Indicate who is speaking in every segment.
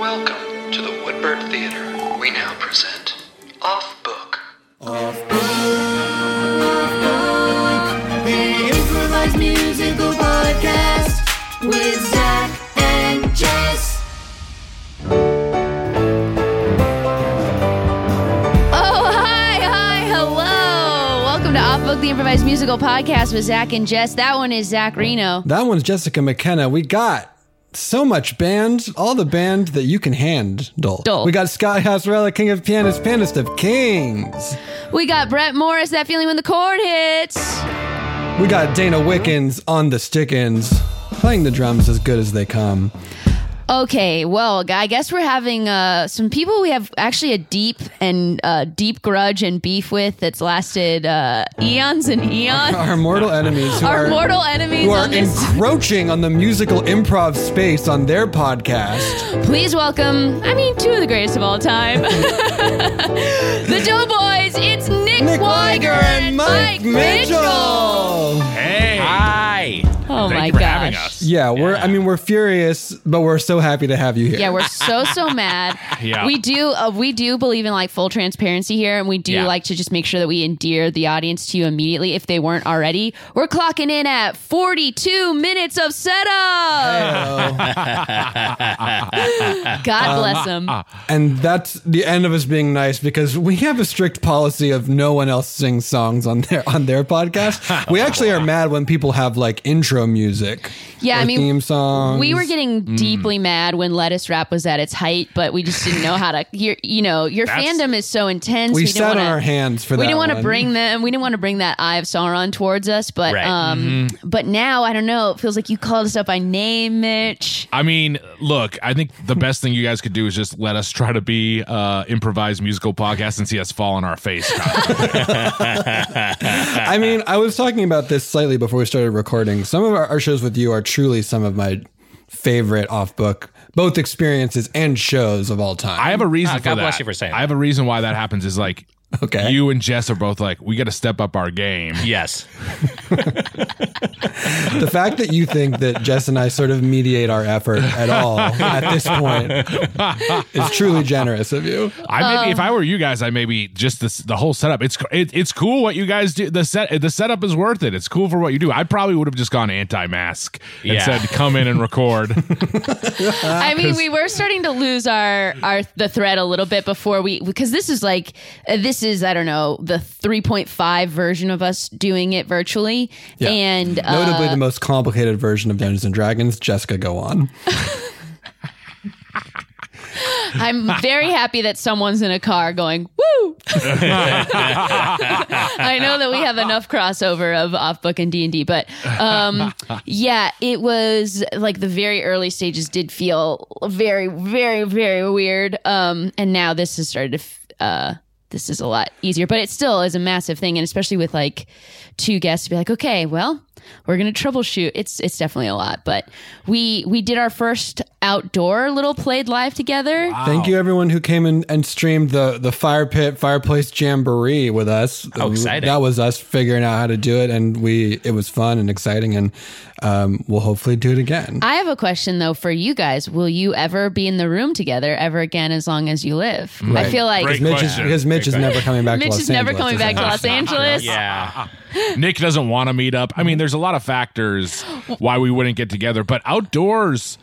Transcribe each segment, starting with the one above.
Speaker 1: Welcome to the Woodbird Theater. We now present Off Book.
Speaker 2: The improvised musical podcast with Zach and Jess.
Speaker 3: Oh, hi, hi, hello. Welcome to Off Book, the improvised musical podcast with Zach and Jess. That one is Zach Reno.
Speaker 4: That one's Jessica McKenna. We got so much band, all the band that you can handle.
Speaker 3: Dole.
Speaker 4: We got Scott Hasrella, King of Pianists, Pianist of Kings.
Speaker 3: We got Brett Morris, That Feeling When the Chord Hits.
Speaker 4: We got Dana Wickens on the Stickins, playing the drums as good as they come.
Speaker 3: Okay, well, I guess we're having uh, some people we have actually a deep and uh, deep grudge and beef with that's lasted uh, eons and eons.
Speaker 4: Our mortal enemies who
Speaker 3: Our
Speaker 4: are,
Speaker 3: mortal enemies
Speaker 4: who are
Speaker 3: on this.
Speaker 4: encroaching on the musical improv space on their podcast.
Speaker 3: Please welcome, I mean, two of the greatest of all time. the Doughboys, it's Nick,
Speaker 4: Nick Weiger and Mike Mitchell.
Speaker 5: Hey. Hi.
Speaker 3: Oh
Speaker 5: Thank
Speaker 3: my
Speaker 5: you for
Speaker 3: gosh.
Speaker 5: having us.
Speaker 4: Yeah, we're I mean we're furious, but we're so happy to have you here.
Speaker 3: Yeah, we're so so mad.
Speaker 5: Yeah.
Speaker 3: we do uh, we do believe in like full transparency here, and we do
Speaker 5: Yeah.
Speaker 3: like to just make sure that we endear the audience to you immediately if they weren't already. We're clocking in at forty two minutes of setup.
Speaker 4: So-
Speaker 5: Um,
Speaker 3: God
Speaker 5: uh,
Speaker 3: bless them.
Speaker 4: And that's the end of us being nice because we have a strict policy of no one else sings songs on their on their podcast. We actually are mad when people have like intro music.
Speaker 3: Yeah,
Speaker 4: or
Speaker 3: I mean,
Speaker 4: theme songs.
Speaker 3: We were getting
Speaker 5: mm.
Speaker 3: deeply mad when Lettuce Rap was at its height, but we just didn't know how to. Your, you know, your
Speaker 5: That's-
Speaker 3: fandom is so intense.
Speaker 4: we,
Speaker 3: didn't
Speaker 4: sat on
Speaker 3: wanna-
Speaker 4: our hands for
Speaker 3: we
Speaker 4: that.
Speaker 3: didn't want to
Speaker 4: one.
Speaker 3: bring them. We didn't want to bring that eye of Sauron towards us, but
Speaker 5: Right. Mm-hmm.
Speaker 3: um, but now I don't know. It feels like you called us up by name, Mitch.
Speaker 5: I mean, look, I think the best thing you guys could do is just let us try to be uh improvised musical podcast and see us fall on our face. Kyle.
Speaker 4: I mean, I was talking about this slightly before we started recording. Some of our, our shows with you are truly some of my favorite off book both experiences and shows of all time.
Speaker 5: I have a reason
Speaker 6: Ah,
Speaker 5: for
Speaker 6: God
Speaker 5: that.
Speaker 6: bless you for saying
Speaker 5: I have a reason why that happens is like
Speaker 4: Okay.
Speaker 5: you and Jess are both like, we gotta step up our game.
Speaker 6: Yes.
Speaker 4: the fact that you think that Jess and I sort of mediate our effort at all at this point is truly generous of you.
Speaker 5: I maybe if
Speaker 3: Um,
Speaker 5: I were you guys, I maybe just this the whole setup. It's it, it's cool what you guys do. The set the setup is worth it. It's cool for what you do. I probably would have just gone anti-mask and
Speaker 6: Yeah.
Speaker 5: said, "Come in and record."
Speaker 3: I mean, we were starting to lose our our the thread a little bit before we because this is like uh, this is I don't know the 3.5 version of us doing it virtually
Speaker 4: Yeah.
Speaker 3: and uh,
Speaker 4: Notably, the most complicated version of Dungeons and Dragons. Jessica, go on.
Speaker 3: I'm very happy that someone's in a car going woo. I know that we have enough crossover of off book and D and D, but um, yeah, it was like the very early stages did feel very, very, very weird. Um, and now this has started to. F- uh, this is a lot easier, but it still is a massive thing, and especially with like two guests to be like, okay, well, we're gonna troubleshoot. It's it's definitely a lot, but we we did our first outdoor little played live together.
Speaker 4: Thank you, everyone who came in and streamed the the fire pit fireplace jamboree with us.
Speaker 6: How exciting.
Speaker 4: That was us figuring out how to do it, and we it was fun and exciting, and um, we'll hopefully do it again.
Speaker 3: I have a question though for you guys. Will you ever be in the room together ever again as long as you live? I feel like
Speaker 5: Great
Speaker 4: Mitch is,
Speaker 5: question.
Speaker 4: because Mitch is never coming back. to
Speaker 3: Mitch
Speaker 4: Los
Speaker 3: is never coming
Speaker 4: Angeles,
Speaker 3: back to Los
Speaker 4: isn't he?
Speaker 3: Angeles.
Speaker 6: Yeah.
Speaker 5: Nick doesn't want to meet up. I mean, there's a lot of factors why we wouldn't get together, but outdoors,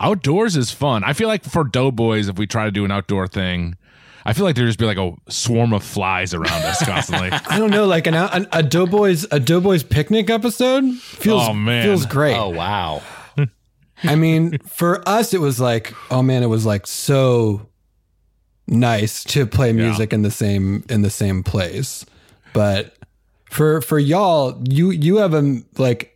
Speaker 5: outdoors is fun. I feel like for Doughboys, if we try to do an outdoor thing, I feel like there'd just be like a swarm of flies around us constantly.
Speaker 4: I don't know, like an, an a Doughboys a Doughboys picnic episode feels
Speaker 5: Oh, man.
Speaker 4: feels great.
Speaker 6: Oh wow.
Speaker 4: I mean, for us, it was like, oh man, it was like so nice to play music in the same in the same place. But for for y'all, you you have a like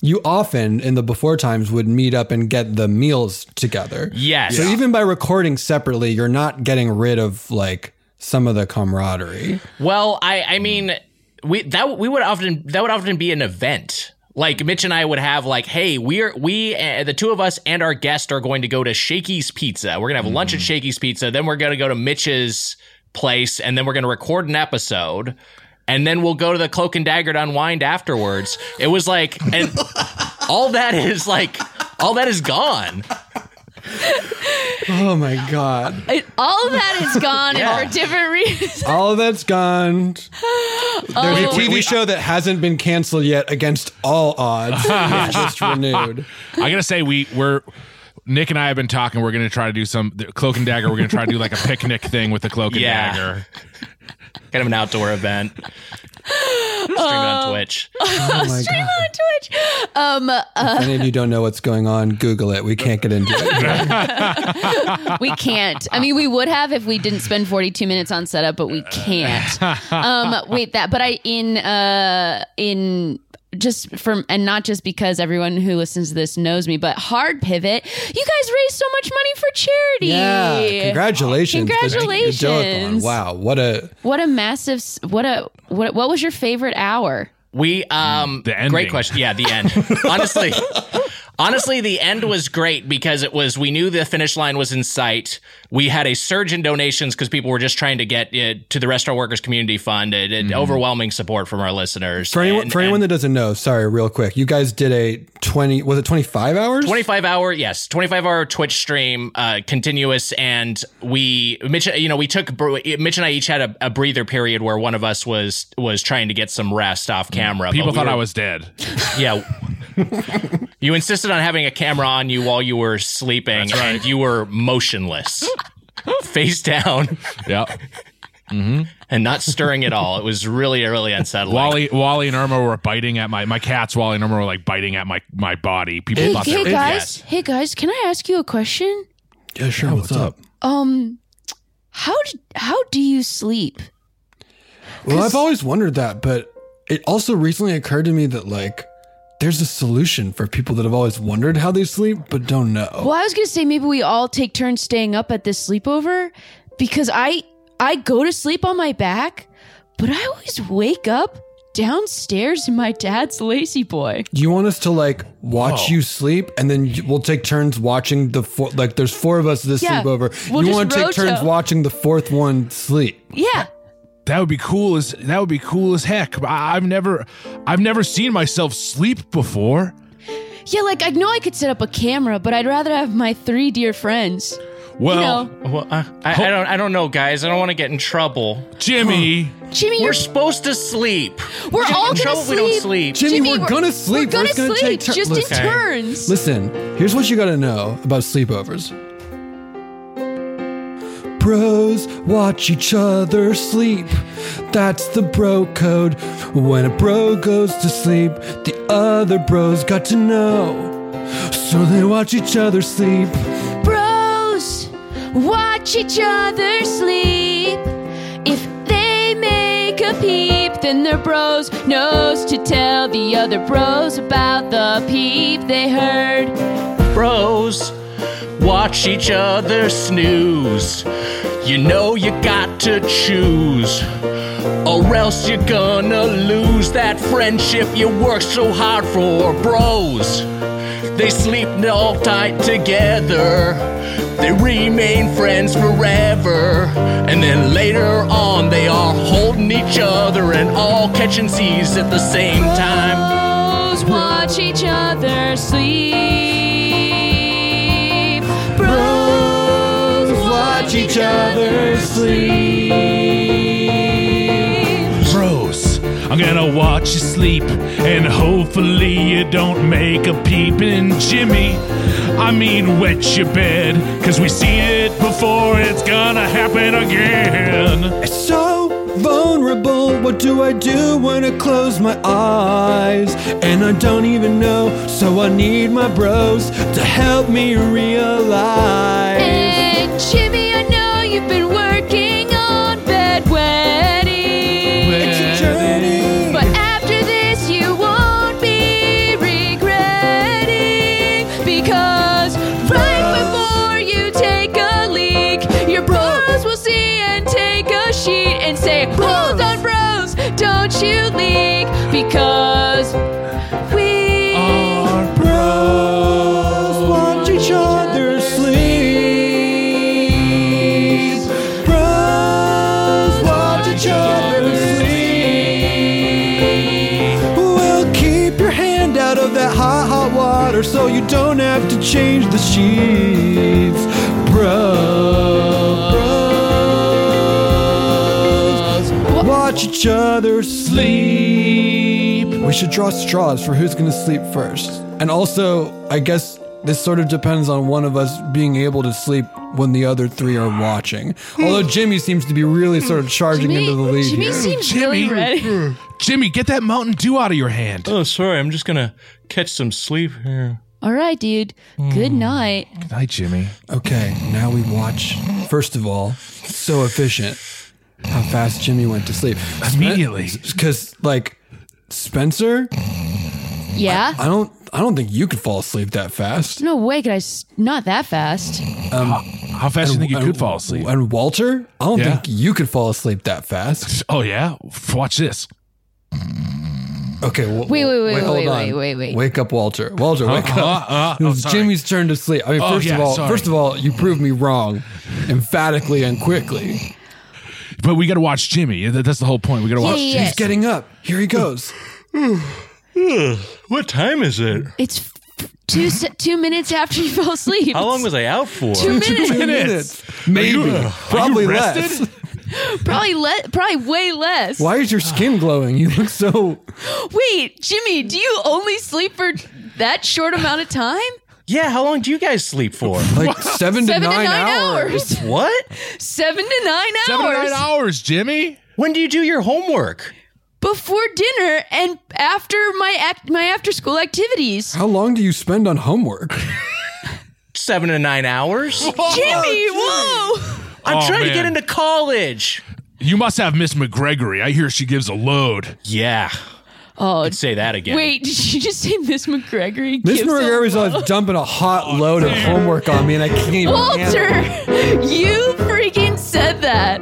Speaker 4: you often in the before times would meet up and get the meals together.
Speaker 5: Yes.
Speaker 4: So
Speaker 5: Yeah.
Speaker 4: even by recording separately, you're not getting rid of like some of the camaraderie.
Speaker 6: Well, I I mean we that we would often that would often be an event. Like Mitch and I would have like, hey, we're we uh, the two of us and our guest are going to go to Shakey's Pizza. We're gonna have lunch at Shakey's Pizza. Then we're gonna go to Mitch's place, and then we're gonna record an episode. And then we'll go to the Cloak and Dagger to unwind afterwards. It was like, and all that is like, all that is gone.
Speaker 4: Oh my God.
Speaker 3: It, all of that is gone
Speaker 6: Yeah.
Speaker 3: and for different reasons.
Speaker 4: All of that's gone. There's a
Speaker 3: Oh.
Speaker 4: TV show that hasn't been canceled yet against all odds. It's just renewed.
Speaker 5: I gotta say, we we're Nick and I have been talking. We're gonna try to do some the cloak and dagger. We're gonna try to do like a picnic thing with the cloak and
Speaker 6: Yeah.
Speaker 5: dagger.
Speaker 6: Kind of an outdoor event. Stream it on Twitch.
Speaker 4: Oh my God.
Speaker 3: On Twitch.
Speaker 4: Um, If any of you don't know what's going on, Google it. We can't get into it.
Speaker 3: We can't. I mean, we would have if we didn't spend 42 minutes on setup, but we can't. Um, wait, that. But I in uh in just from and not just because everyone who listens to this knows me, but hard pivot. You guys raised so much money for charity.
Speaker 4: yeah. Congratulations. The- the
Speaker 3: Congratulations.
Speaker 4: Doathon. Wow. What a.
Speaker 3: What a massive. s- What a what. What was your favorite hour?
Speaker 6: We um
Speaker 5: The ending.
Speaker 6: great question. Yeah, the end. honestly. Honestly, the end was great because it was we knew the finish line was in sight. We had a surge in donations because people were just trying to get it to the restaurant workers community fund and,
Speaker 5: Mm-hmm.
Speaker 6: and overwhelming support from our listeners.
Speaker 4: For anyone,
Speaker 6: And-
Speaker 4: for anyone
Speaker 6: and
Speaker 4: that doesn't know, sorry, real quick, you guys did a twenty. Was it twenty five hours?
Speaker 6: 25 hour, yes, 25 hour Twitch stream, uh, continuous. And we, Mitch, you know, we took, br- Mitch and I each had a, a breather period where one of us was, was trying to get some rest off camera.
Speaker 5: Mm-hmm.
Speaker 6: but
Speaker 5: People
Speaker 6: we
Speaker 5: thought
Speaker 6: were-
Speaker 5: I was dead.
Speaker 6: Yeah. you insisted on having a camera on you while you were sleeping, and you were motionless, face down,
Speaker 5: Yeah.
Speaker 6: and not stirring at all. It was really, really unsettling.
Speaker 5: Wally, Wally, and Irma were biting at my my cats. Wally and Irma were like biting at my my body. People
Speaker 3: Hey,
Speaker 5: thought they
Speaker 3: hey
Speaker 5: were
Speaker 3: guys.
Speaker 6: yes.
Speaker 3: Hey guys. Can I ask you a question?
Speaker 4: Yeah, sure. what's, up?
Speaker 3: Um, how do, how do you sleep?
Speaker 4: Well, I've always wondered that, but it also recently occurred to me that like there's a solution for people that have always wondered how they sleep but don't know.
Speaker 6: Oh.
Speaker 3: Well, I was gonna say maybe we all take turns staying up at this sleepover because I I go to sleep on my back, but I always wake up downstairs in my dad's lazy boy.
Speaker 4: Do you want us to like watch
Speaker 3: Oh.
Speaker 4: you sleep, and then you- we'll take turns watching the four? Like, there's four of us this
Speaker 3: Yeah,
Speaker 4: sleepover.
Speaker 3: we'll
Speaker 4: you
Speaker 3: just
Speaker 4: want to take
Speaker 3: roto.
Speaker 4: turns watching the fourth one sleep?
Speaker 3: Yeah.
Speaker 5: That would be cool as that would be cool as heck. I, I've never I've never seen myself sleep before.
Speaker 3: Yeah, like I know I could set up a camera, but I'd rather have my three dear friends.
Speaker 5: Well,
Speaker 3: you know,
Speaker 6: Well, uh, I, I don't, I don't know, guys. I don't want to get in trouble.
Speaker 5: Jimmy,
Speaker 3: Jimmy,
Speaker 6: We're
Speaker 3: you're
Speaker 6: supposed to sleep.
Speaker 3: We're
Speaker 6: gonna
Speaker 3: all
Speaker 6: get
Speaker 3: gonna
Speaker 6: in trouble if we don't
Speaker 3: sleep.
Speaker 6: sleep.
Speaker 4: Jimmy,
Speaker 3: Jimmy,
Speaker 4: we're,
Speaker 3: we're-
Speaker 4: gonna sleep.
Speaker 3: we're gonna
Speaker 4: just gonna
Speaker 3: sleep
Speaker 4: take turns.
Speaker 3: just
Speaker 4: listen,
Speaker 3: in turns.
Speaker 4: listen, here's what you gotta know about sleepovers. Bros watch each other sleep. That's the bro code. When a bro goes to sleep, the other bros got to know. So they watch each other sleep.
Speaker 3: bros watch each other sleep if they make a peep then their bros knows to tell the other bros about the peep they heard
Speaker 6: Bros, watch each other snooze. You know you got to choose, or else you're gonna lose that friendship you worked so hard for. Bros, they sleep all tight together. They remain friends forever. And then later on, they are holding each other and all catching Z's at the same time.
Speaker 3: bros watch each other sleep bros watch each other sleep
Speaker 5: bros, I'm gonna watch you sleep, and hopefully you don't make a peep. And Jimmy, I mean wet your bed, cause we see it before it's gonna happen again.
Speaker 4: It's so vulnerable. What do I do when I close my eyes? And I don't even know, so I need my bros to help me realize.
Speaker 3: And Jimmy, I know you've been working on bedwetting,
Speaker 4: It's a journey.
Speaker 3: but after this, you won't be regretting.
Speaker 2: Cause right before you take a leak, your bros will see and take a sheet and say, Hold on, bros, don't you leak. Because we.
Speaker 5: Our bros
Speaker 4: watch each other sleep. Bros watch each other sleep. Well, keep your hand out of that hot, hot water so you don't have to change the sheets. Bros, bros watch each other sleep. We should draw straws for who's gonna sleep first. And also, I guess this sort of depends on one of us being able to sleep when the other three are watching. Although Jimmy seems to be really sort of charging
Speaker 2: Jimmy,
Speaker 4: into the lead
Speaker 2: Jimmy
Speaker 4: here.
Speaker 2: seems
Speaker 5: Jimmy,
Speaker 2: really ready.
Speaker 5: Jimmy, get that Mountain Dew out of your hand.
Speaker 6: Oh, sorry. I'm just gonna catch some sleep here.
Speaker 2: All right, dude.
Speaker 6: Hmm.
Speaker 2: Good night.
Speaker 5: Good night, Jimmy.
Speaker 4: Okay, now we watch. First of all, so efficient how fast Jimmy went to sleep.
Speaker 5: Immediately.
Speaker 4: Because like Spencer,
Speaker 2: Yeah?
Speaker 4: I don't I don't think you could fall asleep that fast.
Speaker 2: no way could I. S- not that fast.
Speaker 5: How fast do you think you
Speaker 4: And-
Speaker 5: could fall asleep?
Speaker 4: And Walter, I don't
Speaker 5: Yeah.
Speaker 4: think you could fall asleep that fast.
Speaker 5: Oh yeah, watch this.
Speaker 4: Okay, well,
Speaker 2: Wait, wait, wait,
Speaker 4: hold
Speaker 2: wait,
Speaker 4: on.
Speaker 2: wait, wait, wait.
Speaker 4: Wake up, Walter. Walter, wake
Speaker 5: Uh,
Speaker 4: up.
Speaker 5: uh,
Speaker 4: It
Speaker 5: oh,
Speaker 4: was
Speaker 5: sorry.
Speaker 4: Jimmy's turn to sleep. I mean,
Speaker 5: Oh,
Speaker 4: first
Speaker 5: yeah,
Speaker 4: of all,
Speaker 5: sorry.
Speaker 4: first of all, you proved me wrong, emphatically and quickly.
Speaker 5: But we got to watch Jimmy. That- That's the whole point. We got to watch.
Speaker 2: yeah, yeah.
Speaker 4: He's getting up. Here he goes.
Speaker 6: What time is it?
Speaker 2: It's f- two, se- two minutes after you fell asleep.
Speaker 6: How long was I out for?
Speaker 2: Two minutes.
Speaker 5: minutes.
Speaker 4: Maybe.
Speaker 5: you- are you
Speaker 4: Probably
Speaker 5: rested?
Speaker 4: less.
Speaker 2: Probably le- probably way less.
Speaker 4: Why is your skin glowing? You look so.
Speaker 2: Wait, Jimmy, do you only sleep for that short amount of time?
Speaker 6: Yeah. How long do you guys sleep for?
Speaker 4: Like seven,
Speaker 2: Seven
Speaker 4: to nine, hours.
Speaker 6: what?
Speaker 2: Seven to nine hours.
Speaker 5: Seven to nine hours, Jimmy.
Speaker 6: When do you do your homework?
Speaker 2: Before dinner and after my act- my after school activities.
Speaker 4: How long do you spend on homework?
Speaker 6: Seven to nine hours.
Speaker 2: Jimmy, whoa!
Speaker 6: I'm
Speaker 5: Oh,
Speaker 6: trying to
Speaker 5: man.
Speaker 6: get into college.
Speaker 5: You must have Miss McGregory. I hear she gives a load.
Speaker 6: Yeah.
Speaker 2: Oh,
Speaker 6: Say that again.
Speaker 2: wait, did you just say Miss McGregory?
Speaker 4: Miss
Speaker 2: gives a-
Speaker 4: McGarry's always dumping a hot load
Speaker 5: Oh,
Speaker 4: of homework on me, and I can't even. handle it.
Speaker 2: Walter, you freaking said that.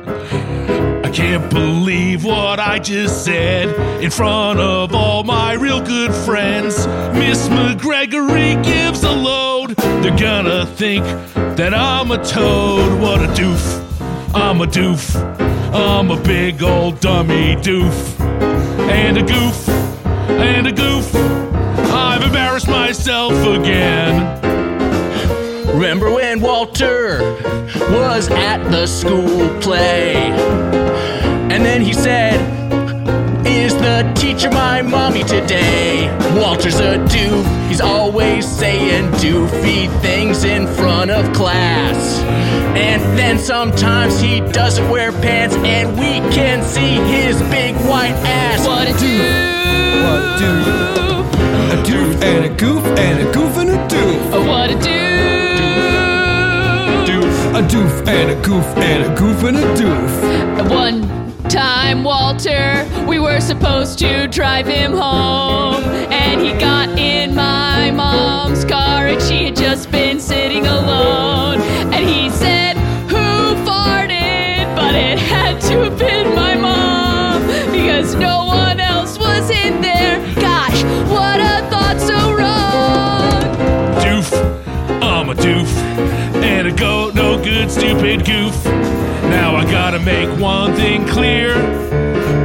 Speaker 5: I can't believe what I just said in front of all my real good friends. Miss McGregory gives a load. They're gonna think that I'm a toad. What a doof. I'm a doof. I'm a big old dummy doof. And a goof. And a goof. I've embarrassed myself again.
Speaker 6: Remember when Walter was at the school play? And then he said, Is the teacher my mommy today? Walter's a doof. He's always saying doofy things in front of class. And then sometimes he doesn't wear pants, and we can see his big white ass.
Speaker 2: What a do?
Speaker 4: What do? A doof and a goof and a goof and a doof.
Speaker 2: What a do?
Speaker 4: A doof and a goof and a goof and a doof.
Speaker 2: One time, Walter, we were supposed to drive him home, and he got in my mom's car, and she had just been sitting alone. And he said, Who farted? But it had to have been my mom, because no one else was in there. Gosh, what a thought so wrong!
Speaker 5: Doof. I'm a doof. And a go no good stupid goof. Now I gotta make one thing clear.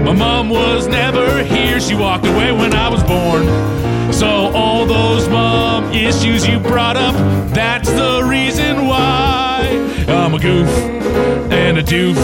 Speaker 5: My mom was never here. She walked away when I was born. So all those mom issues you brought up, that's the reason why I'm a goof and a doof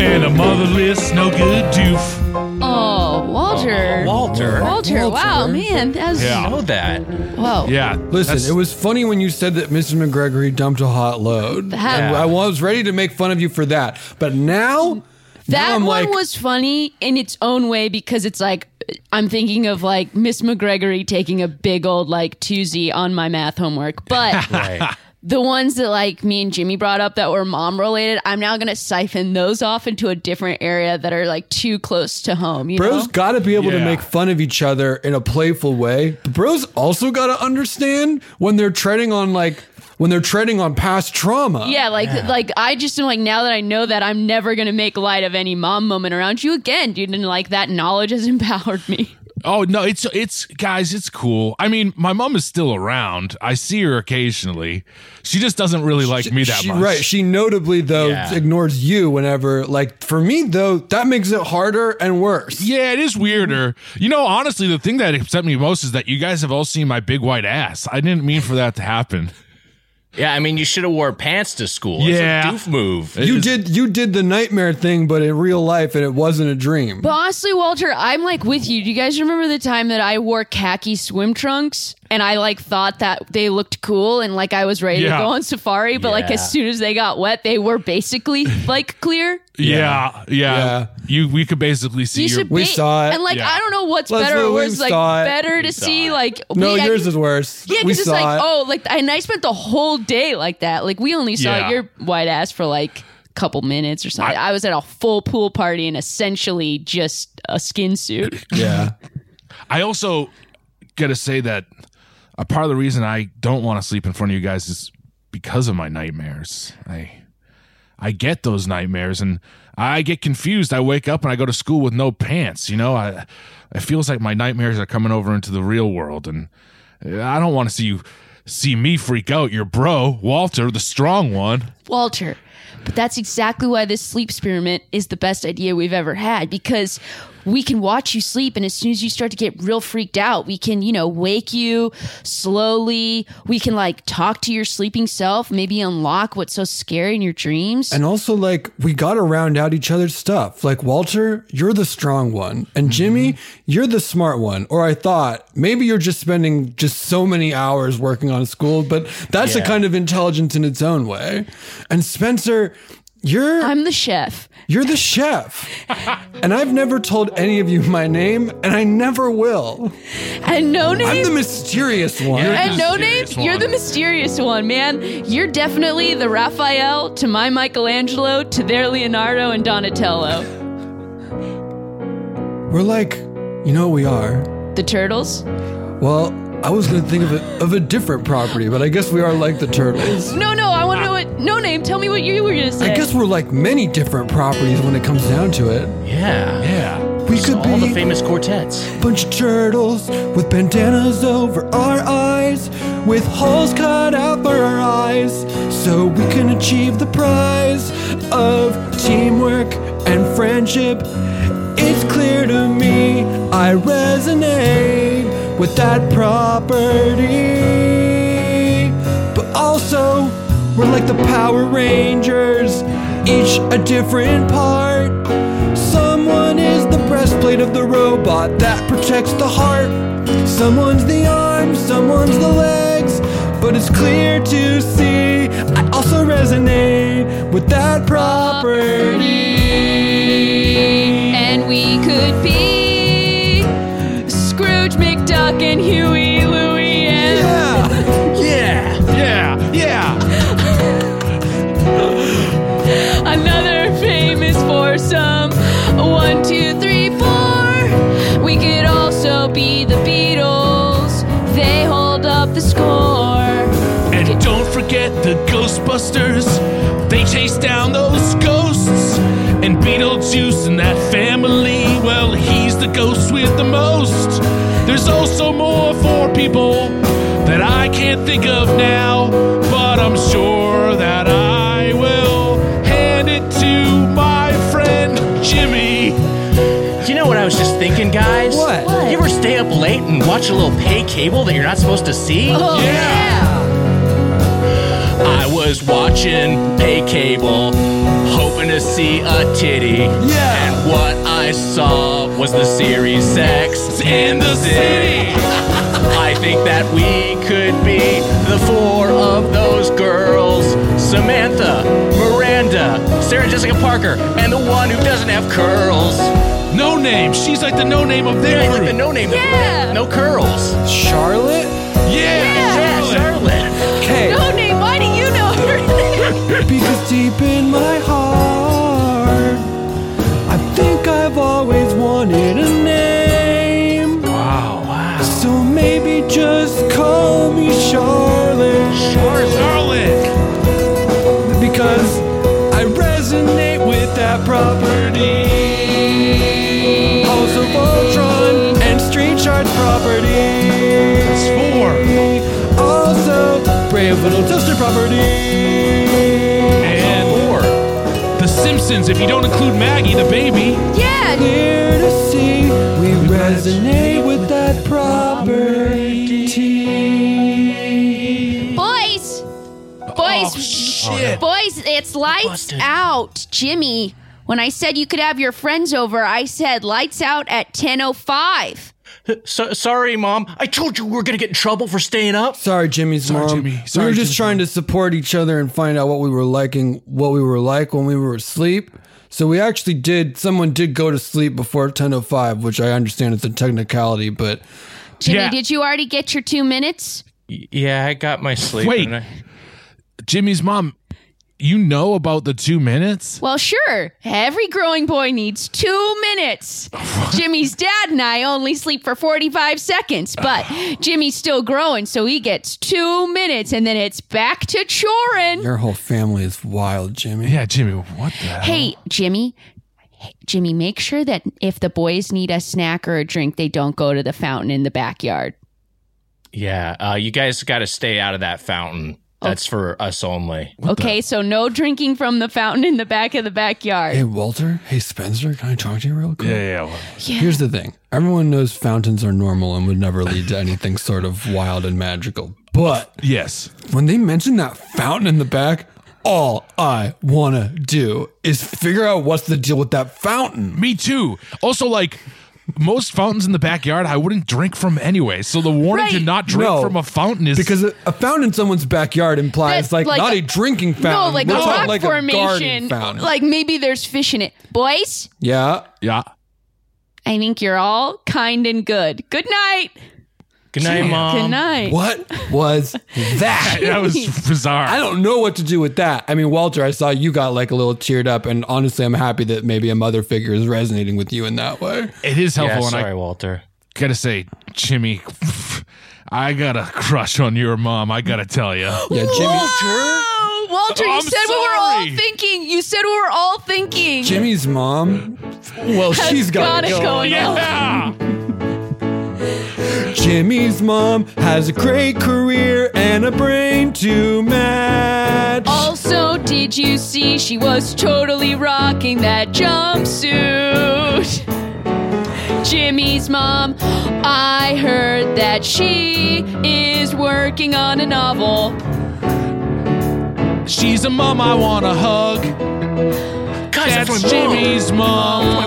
Speaker 5: and a motherless no good doof.
Speaker 2: Oh, Walter.
Speaker 6: Walter.
Speaker 2: Walter, wow,
Speaker 4: Walter.
Speaker 2: man, that was
Speaker 6: I know that.
Speaker 2: whoa.
Speaker 5: Yeah.
Speaker 4: Listen,
Speaker 5: that's-
Speaker 4: it was funny when you said that Mrs. McGregory dumped a hot load.
Speaker 2: That-
Speaker 4: And I was ready to make fun of you for that, but now, now
Speaker 2: That
Speaker 4: I'm
Speaker 2: one
Speaker 4: like,
Speaker 2: was funny in its own way because it's like I'm thinking of like Miss McGregory taking a big old like toozy on my math homework, but
Speaker 6: Right.
Speaker 2: the ones that like me and Jimmy brought up that were mom related, I'm now gonna siphon those off into a different area that are like too close to home. You
Speaker 4: Bros
Speaker 2: know?
Speaker 4: got to be able to
Speaker 5: Yeah.
Speaker 4: make fun of each other in a playful way. But bros also got to understand when they're treading on like when they're treading on past trauma.
Speaker 2: yeah, like like I just am like now that I know that I'm never gonna make light of any mom moment around you again, dude. And like that knowledge has empowered me.
Speaker 5: Oh no, it's it's guys, it's cool. I mean, my mom is still around. I see her occasionally. She just doesn't really like me that
Speaker 4: She-
Speaker 5: much.
Speaker 4: Right. She notably though
Speaker 5: Yeah.
Speaker 4: ignores you whenever like for me though that makes it harder and worse.
Speaker 5: Yeah, it is weirder. You know, honestly, the thing that upset me most is that you guys have all seen my big white ass. I didn't mean for that to happen.
Speaker 6: Yeah, I mean, you should have wore pants to school.
Speaker 5: Yeah.
Speaker 6: It's a doof move.
Speaker 4: You did you did the nightmare thing, but in real life, and it wasn't a dream.
Speaker 2: But honestly, Walter, I'm like with you. Do you guys remember the time that I wore khaki swim trunks and I like thought that they looked cool and like I was ready
Speaker 5: Yeah.
Speaker 2: to go on safari, but like
Speaker 6: Yeah.
Speaker 2: as soon as they got wet, they were basically like clear.
Speaker 5: Yeah, yeah.
Speaker 4: Yeah.
Speaker 5: You we could basically see
Speaker 2: You
Speaker 5: your
Speaker 2: should
Speaker 4: We
Speaker 2: ba-
Speaker 4: saw it.
Speaker 2: And like
Speaker 5: Yeah.
Speaker 2: I don't know what's
Speaker 4: Leslie
Speaker 2: better or
Speaker 4: Williams
Speaker 2: worse. Like
Speaker 4: saw it.
Speaker 2: better to
Speaker 6: saw
Speaker 2: see
Speaker 6: it.
Speaker 2: like
Speaker 4: no,
Speaker 2: we- I-
Speaker 4: yours is worse.
Speaker 2: Yeah,
Speaker 4: we
Speaker 2: because it's
Speaker 4: saw
Speaker 2: like
Speaker 4: it.
Speaker 2: oh, like and I spent the whole day like that. Like we only saw
Speaker 5: Yeah.
Speaker 2: your white ass for like a couple minutes or something. I was at a full pool party in essentially just a skin suit.
Speaker 4: yeah.
Speaker 5: I also gotta say that a part of the reason I don't want to sleep in front of you guys is because of my nightmares. I I get those nightmares and I get confused. I wake up and I go to school with no pants. You know, I it feels like my nightmares are coming over into the real world, and I don't want to see you see me freak out. Your bro, Walter, the strong one.
Speaker 2: Walter. But that's exactly why this sleep experiment is the best idea we've ever had because we can watch you sleep and as soon as you start to get real freaked out, we can, you know, wake you slowly. We can like talk to your sleeping self, maybe unlock what's so scary in your dreams.
Speaker 4: And also, like, we got to round out each other's stuff. Like, Walter, you're the strong one.
Speaker 5: Mm-hmm.
Speaker 4: And Jimmy, you're the smart one. Or I thought maybe you're just spending just so many hours working on school, but that's a
Speaker 6: Yeah.
Speaker 4: kind of intelligence in its own way. And Spencer, you're
Speaker 2: I'm the chef.
Speaker 4: you're the chef. and I've never told any of you my name, and I never will.
Speaker 2: And no
Speaker 4: I'm
Speaker 2: name
Speaker 4: the mysterious one.
Speaker 2: and no name,
Speaker 5: mysterious
Speaker 2: you're
Speaker 5: one.
Speaker 2: the mysterious one, man. You're definitely the Raphael to my Michelangelo to their Leonardo and Donatello.
Speaker 4: We're like, you know what we are?
Speaker 2: The turtles?
Speaker 4: Well, I was going to think of a, of a different property, but I guess we are like the turtles.
Speaker 2: No, no, I want to know what. No name. Tell me what you were gonna say.
Speaker 4: I guess we're like many different properties when it comes down to it.
Speaker 6: Yeah.
Speaker 5: Yeah,
Speaker 4: We could
Speaker 6: All the
Speaker 4: be
Speaker 6: famous quartets.
Speaker 4: a bunch of turtles with bandanas over our eyes, with holes cut out for our eyes, so we can achieve the prize of teamwork and friendship. It's clear to me I resonate with that property. But also, we're like the Power Rangers, each a different part. Someone is the breastplate of the robot that protects the heart. Someone's the arms, someone's the legs. But it's clear to see I also resonate with that property.
Speaker 2: and we could be Scrooge McDuck and Huey Louie and.
Speaker 4: Yeah.
Speaker 6: Yeah.
Speaker 5: yeah, yeah.
Speaker 2: Another famous foursome. One, two, three, four. We could also be the Beatles. They hold up the score.
Speaker 5: And don't forget the Ghostbusters. They chase down those ghosts. And Beetlejuice and that family, well, he's the ghost with the most. There's also more for people that I can't think of now, but I'm sure that I will hand it to my friend Jimmy.
Speaker 6: You know what I was just thinking, guys?
Speaker 4: What?
Speaker 6: You ever stay up late and watch a little pay cable that you're not supposed to see?
Speaker 2: Oh,
Speaker 5: Yeah.
Speaker 6: I was watching pay cable, hoping to see a titty.
Speaker 4: Yeah.
Speaker 6: And what I saw was the series Sex in the City. I think that we could be the four of those girls Samantha, Miranda, Sarah Jessica Parker, and the one who doesn't have curls.
Speaker 5: No name. She's like the no name of their
Speaker 6: Yeah, like the
Speaker 5: group.
Speaker 6: no name,
Speaker 2: Yeah.
Speaker 6: no curls.
Speaker 4: Charlotte?
Speaker 5: yeah,
Speaker 6: Yeah,
Speaker 5: Charlotte.
Speaker 6: Charlotte.
Speaker 4: Okay.
Speaker 2: No name. Why do you
Speaker 4: criminal toaster property.
Speaker 5: And or The Simpsons, if you don't include Maggie, the baby.
Speaker 2: Yeah.
Speaker 4: Clear to see, we resonate with that property.
Speaker 2: Boys. Boys. Boys, it's lights out, Jimmy. When I said you could have your friends over, I said lights out at 10:05.
Speaker 6: So, sorry, Mom. I told you we were going to get in trouble for staying up.
Speaker 4: Sorry, Jimmy's mom.
Speaker 5: Jimmy. Sorry,
Speaker 4: we were just
Speaker 5: Jimmy's
Speaker 4: trying to support each other and find out what we were liking, what we were like when we were asleep. So we actually did. Someone did go to sleep before ten o five, which I understand is a technicality, but
Speaker 2: Jimmy,
Speaker 5: Yeah.
Speaker 2: did you already get your 2 minutes?
Speaker 6: Yeah, I got my sleep.
Speaker 5: Wait.
Speaker 6: and I-
Speaker 5: Jimmy's mom, you know about the two minutes?
Speaker 2: Well, sure. Every growing boy needs two minutes. Jimmy's dad and I only sleep for 45 seconds, but Jimmy's still growing, so he gets two minutes and then it's back to chorin.
Speaker 4: your whole family is wild, Jimmy.
Speaker 5: Yeah, Jimmy, what the hell?
Speaker 2: Hey, Jimmy. Hey, Jimmy, make sure that if the boys need a snack or a drink, they don't go to the fountain in the backyard.
Speaker 6: yeah, uh, you guys got to stay out of that fountain. That's for us only.
Speaker 2: okay, so no drinking from the fountain in the back of the backyard.
Speaker 4: Hey, Walter. Hey, Spencer. Can I talk to you real quick?
Speaker 5: Yeah, yeah, well,
Speaker 4: Here's the thing. Everyone knows fountains are normal and would never lead to anything sort of wild and magical. But
Speaker 5: yes.
Speaker 4: when they mention that fountain in the back, all I want to do is figure out what's the deal with that fountain.
Speaker 5: Me too. Also, like most fountains in the backyard, I wouldn't drink from anyway. So the warning to
Speaker 2: Right.
Speaker 5: not drink
Speaker 4: No.
Speaker 5: from a fountain is
Speaker 4: Because a, a fountain in someone's backyard implies
Speaker 2: That's
Speaker 4: like,
Speaker 2: like
Speaker 4: not
Speaker 2: a-
Speaker 4: a, drinking fountain.
Speaker 2: No, like
Speaker 4: We're
Speaker 2: a
Speaker 4: talking
Speaker 2: rock
Speaker 4: like A
Speaker 2: formation.
Speaker 4: garden fountain.
Speaker 2: like maybe there's fish in it. Boys,
Speaker 4: yeah.
Speaker 5: yeah.
Speaker 2: I think you're all kind and good. Good night.
Speaker 6: Good night, Mom.
Speaker 2: good night.
Speaker 4: What was that?
Speaker 5: That was bizarre.
Speaker 4: I don't know what to do with that. I mean, Walter, I saw you got like a little teared up, and honestly, I'm happy that maybe a mother figure is resonating with you in that way.
Speaker 5: it is
Speaker 6: Yeah,
Speaker 5: helpful, and
Speaker 6: sorry,
Speaker 5: I
Speaker 6: Walter.
Speaker 5: gotta say, Jimmy, I got a crush on your mom. I gotta tell you.
Speaker 4: Yeah, Jimmy,
Speaker 2: Whoa! Oh, Walter, you
Speaker 5: I'm
Speaker 2: said we were all
Speaker 5: sorry.
Speaker 2: thinking. You said we were all thinking.
Speaker 4: Jimmy's mom. Well,
Speaker 2: Has
Speaker 4: she's got, it.
Speaker 2: it going on.
Speaker 5: yeah.
Speaker 4: Jimmy's mom has a great career and a brain to match.
Speaker 2: Also, did you see she was totally rocking that jumpsuit? Jimmy's mom, I heard that she is working on a novel.
Speaker 5: She's a mom I wanna hug.
Speaker 6: Guys, that's,
Speaker 5: That's
Speaker 6: my mom.
Speaker 5: Jimmy's
Speaker 6: My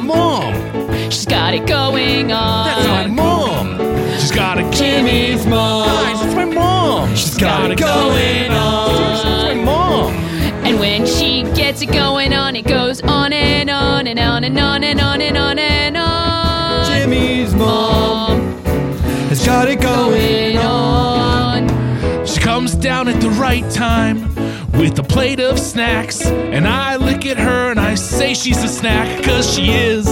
Speaker 5: mom.
Speaker 6: mom.
Speaker 2: She's got it going
Speaker 6: That's my
Speaker 2: on.
Speaker 6: mom.
Speaker 5: She's got a Jimmy.
Speaker 4: Jimmy's mom.
Speaker 6: Uh, Guys, that's my mom.
Speaker 4: She's got it going on.
Speaker 6: That's my mom.
Speaker 2: And when she gets it going on, it goes on and on and on and on and on and on and on.
Speaker 4: Jimmy's mom has got it going
Speaker 2: Going on.
Speaker 5: She comes down at the right time with a plate of snacks. And I look at her and I say she's a snack, cause she is.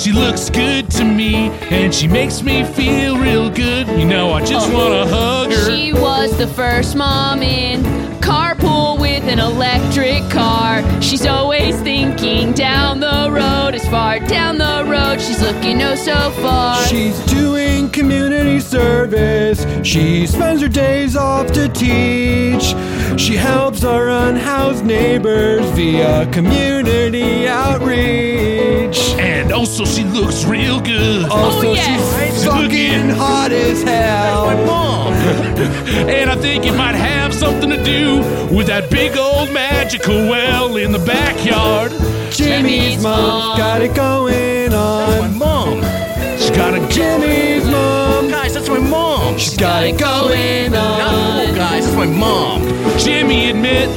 Speaker 5: She looks good to me and she makes me feel real good. You know, I just wanna hug her.
Speaker 2: She was the first mom in carpool with an electric car. She's always thinking down the road, as far down the road she's looking oh so far.
Speaker 4: She's doing community service. She spends her days off to teach. She helps our unhoused neighbors via community outreach.
Speaker 5: and also, she looks real good. Uh,
Speaker 4: Also,
Speaker 2: Oh, yes.
Speaker 4: she's fucking hot as hell.
Speaker 6: Mom.
Speaker 5: And I think it might have something to do with that big old magical well in the backyard.
Speaker 4: Jimmy's mom's got it going
Speaker 6: My
Speaker 4: on.
Speaker 6: mom.
Speaker 5: She's got a
Speaker 4: Jimmy's mom,
Speaker 6: Guys, that's my mom.
Speaker 4: she's got it going
Speaker 6: Not
Speaker 4: on.
Speaker 6: cool, guys. That's my mom.
Speaker 5: Jimmy admit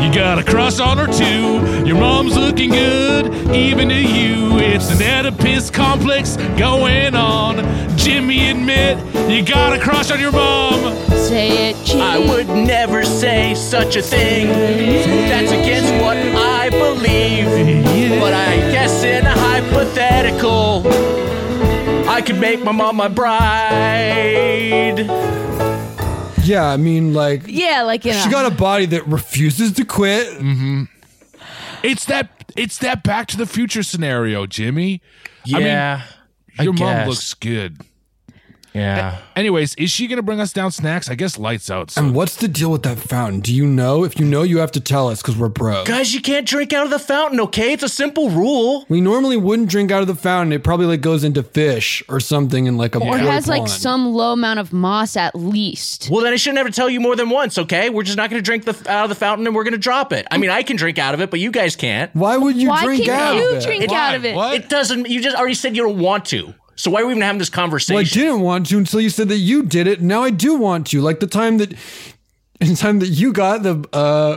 Speaker 5: you got a crush on her too. Your mom's looking good, even to you. It's an Oedipus complex going on. Jimmy admit you got a crush on your mom.
Speaker 2: Say it, Jimmy.
Speaker 6: I would never say such a thing. That's against what I believe. But I guess in a hypothetical, I could make my mom my bride.
Speaker 4: Yeah, I mean, like, she
Speaker 2: Yeah, like in a,
Speaker 4: got a body that refuses to quit.
Speaker 5: It's that it's that back to the future scenario, Jimmy.
Speaker 6: Yeah. I
Speaker 5: Your mom
Speaker 6: guess.
Speaker 5: looks good.
Speaker 6: Yeah. Um,
Speaker 5: Anyways, is she gonna bring us down snacks? I guess lights out. So
Speaker 4: And what's the deal with that fountain? Do you know? If you know, you have to tell us because we're broke.
Speaker 6: Guys, you can't drink out of the fountain, okay? It's a simple rule.
Speaker 4: We normally wouldn't drink out of the fountain. It probably like goes into fish or something in like a
Speaker 2: Or
Speaker 4: koi
Speaker 2: has like
Speaker 4: pond.
Speaker 2: some low amount of moss at least.
Speaker 6: Well, then I shouldn't ever tell you more than once, okay? We're just not going to drink the out of the fountain and we're going to drop it. I mean, I can drink out of it, but you guys can't.
Speaker 4: Why would you
Speaker 2: Why
Speaker 4: drink out
Speaker 2: can't
Speaker 4: of
Speaker 2: you
Speaker 4: it?
Speaker 2: drink
Speaker 5: Why?
Speaker 2: out of it?
Speaker 5: What?
Speaker 6: It doesn't. You just already said you don't want to. So why are we even having this
Speaker 4: Well, I
Speaker 6: conversation?
Speaker 4: didn't want to until you said that you did it. Now I do want to. Like the time that, the time that you got the uh,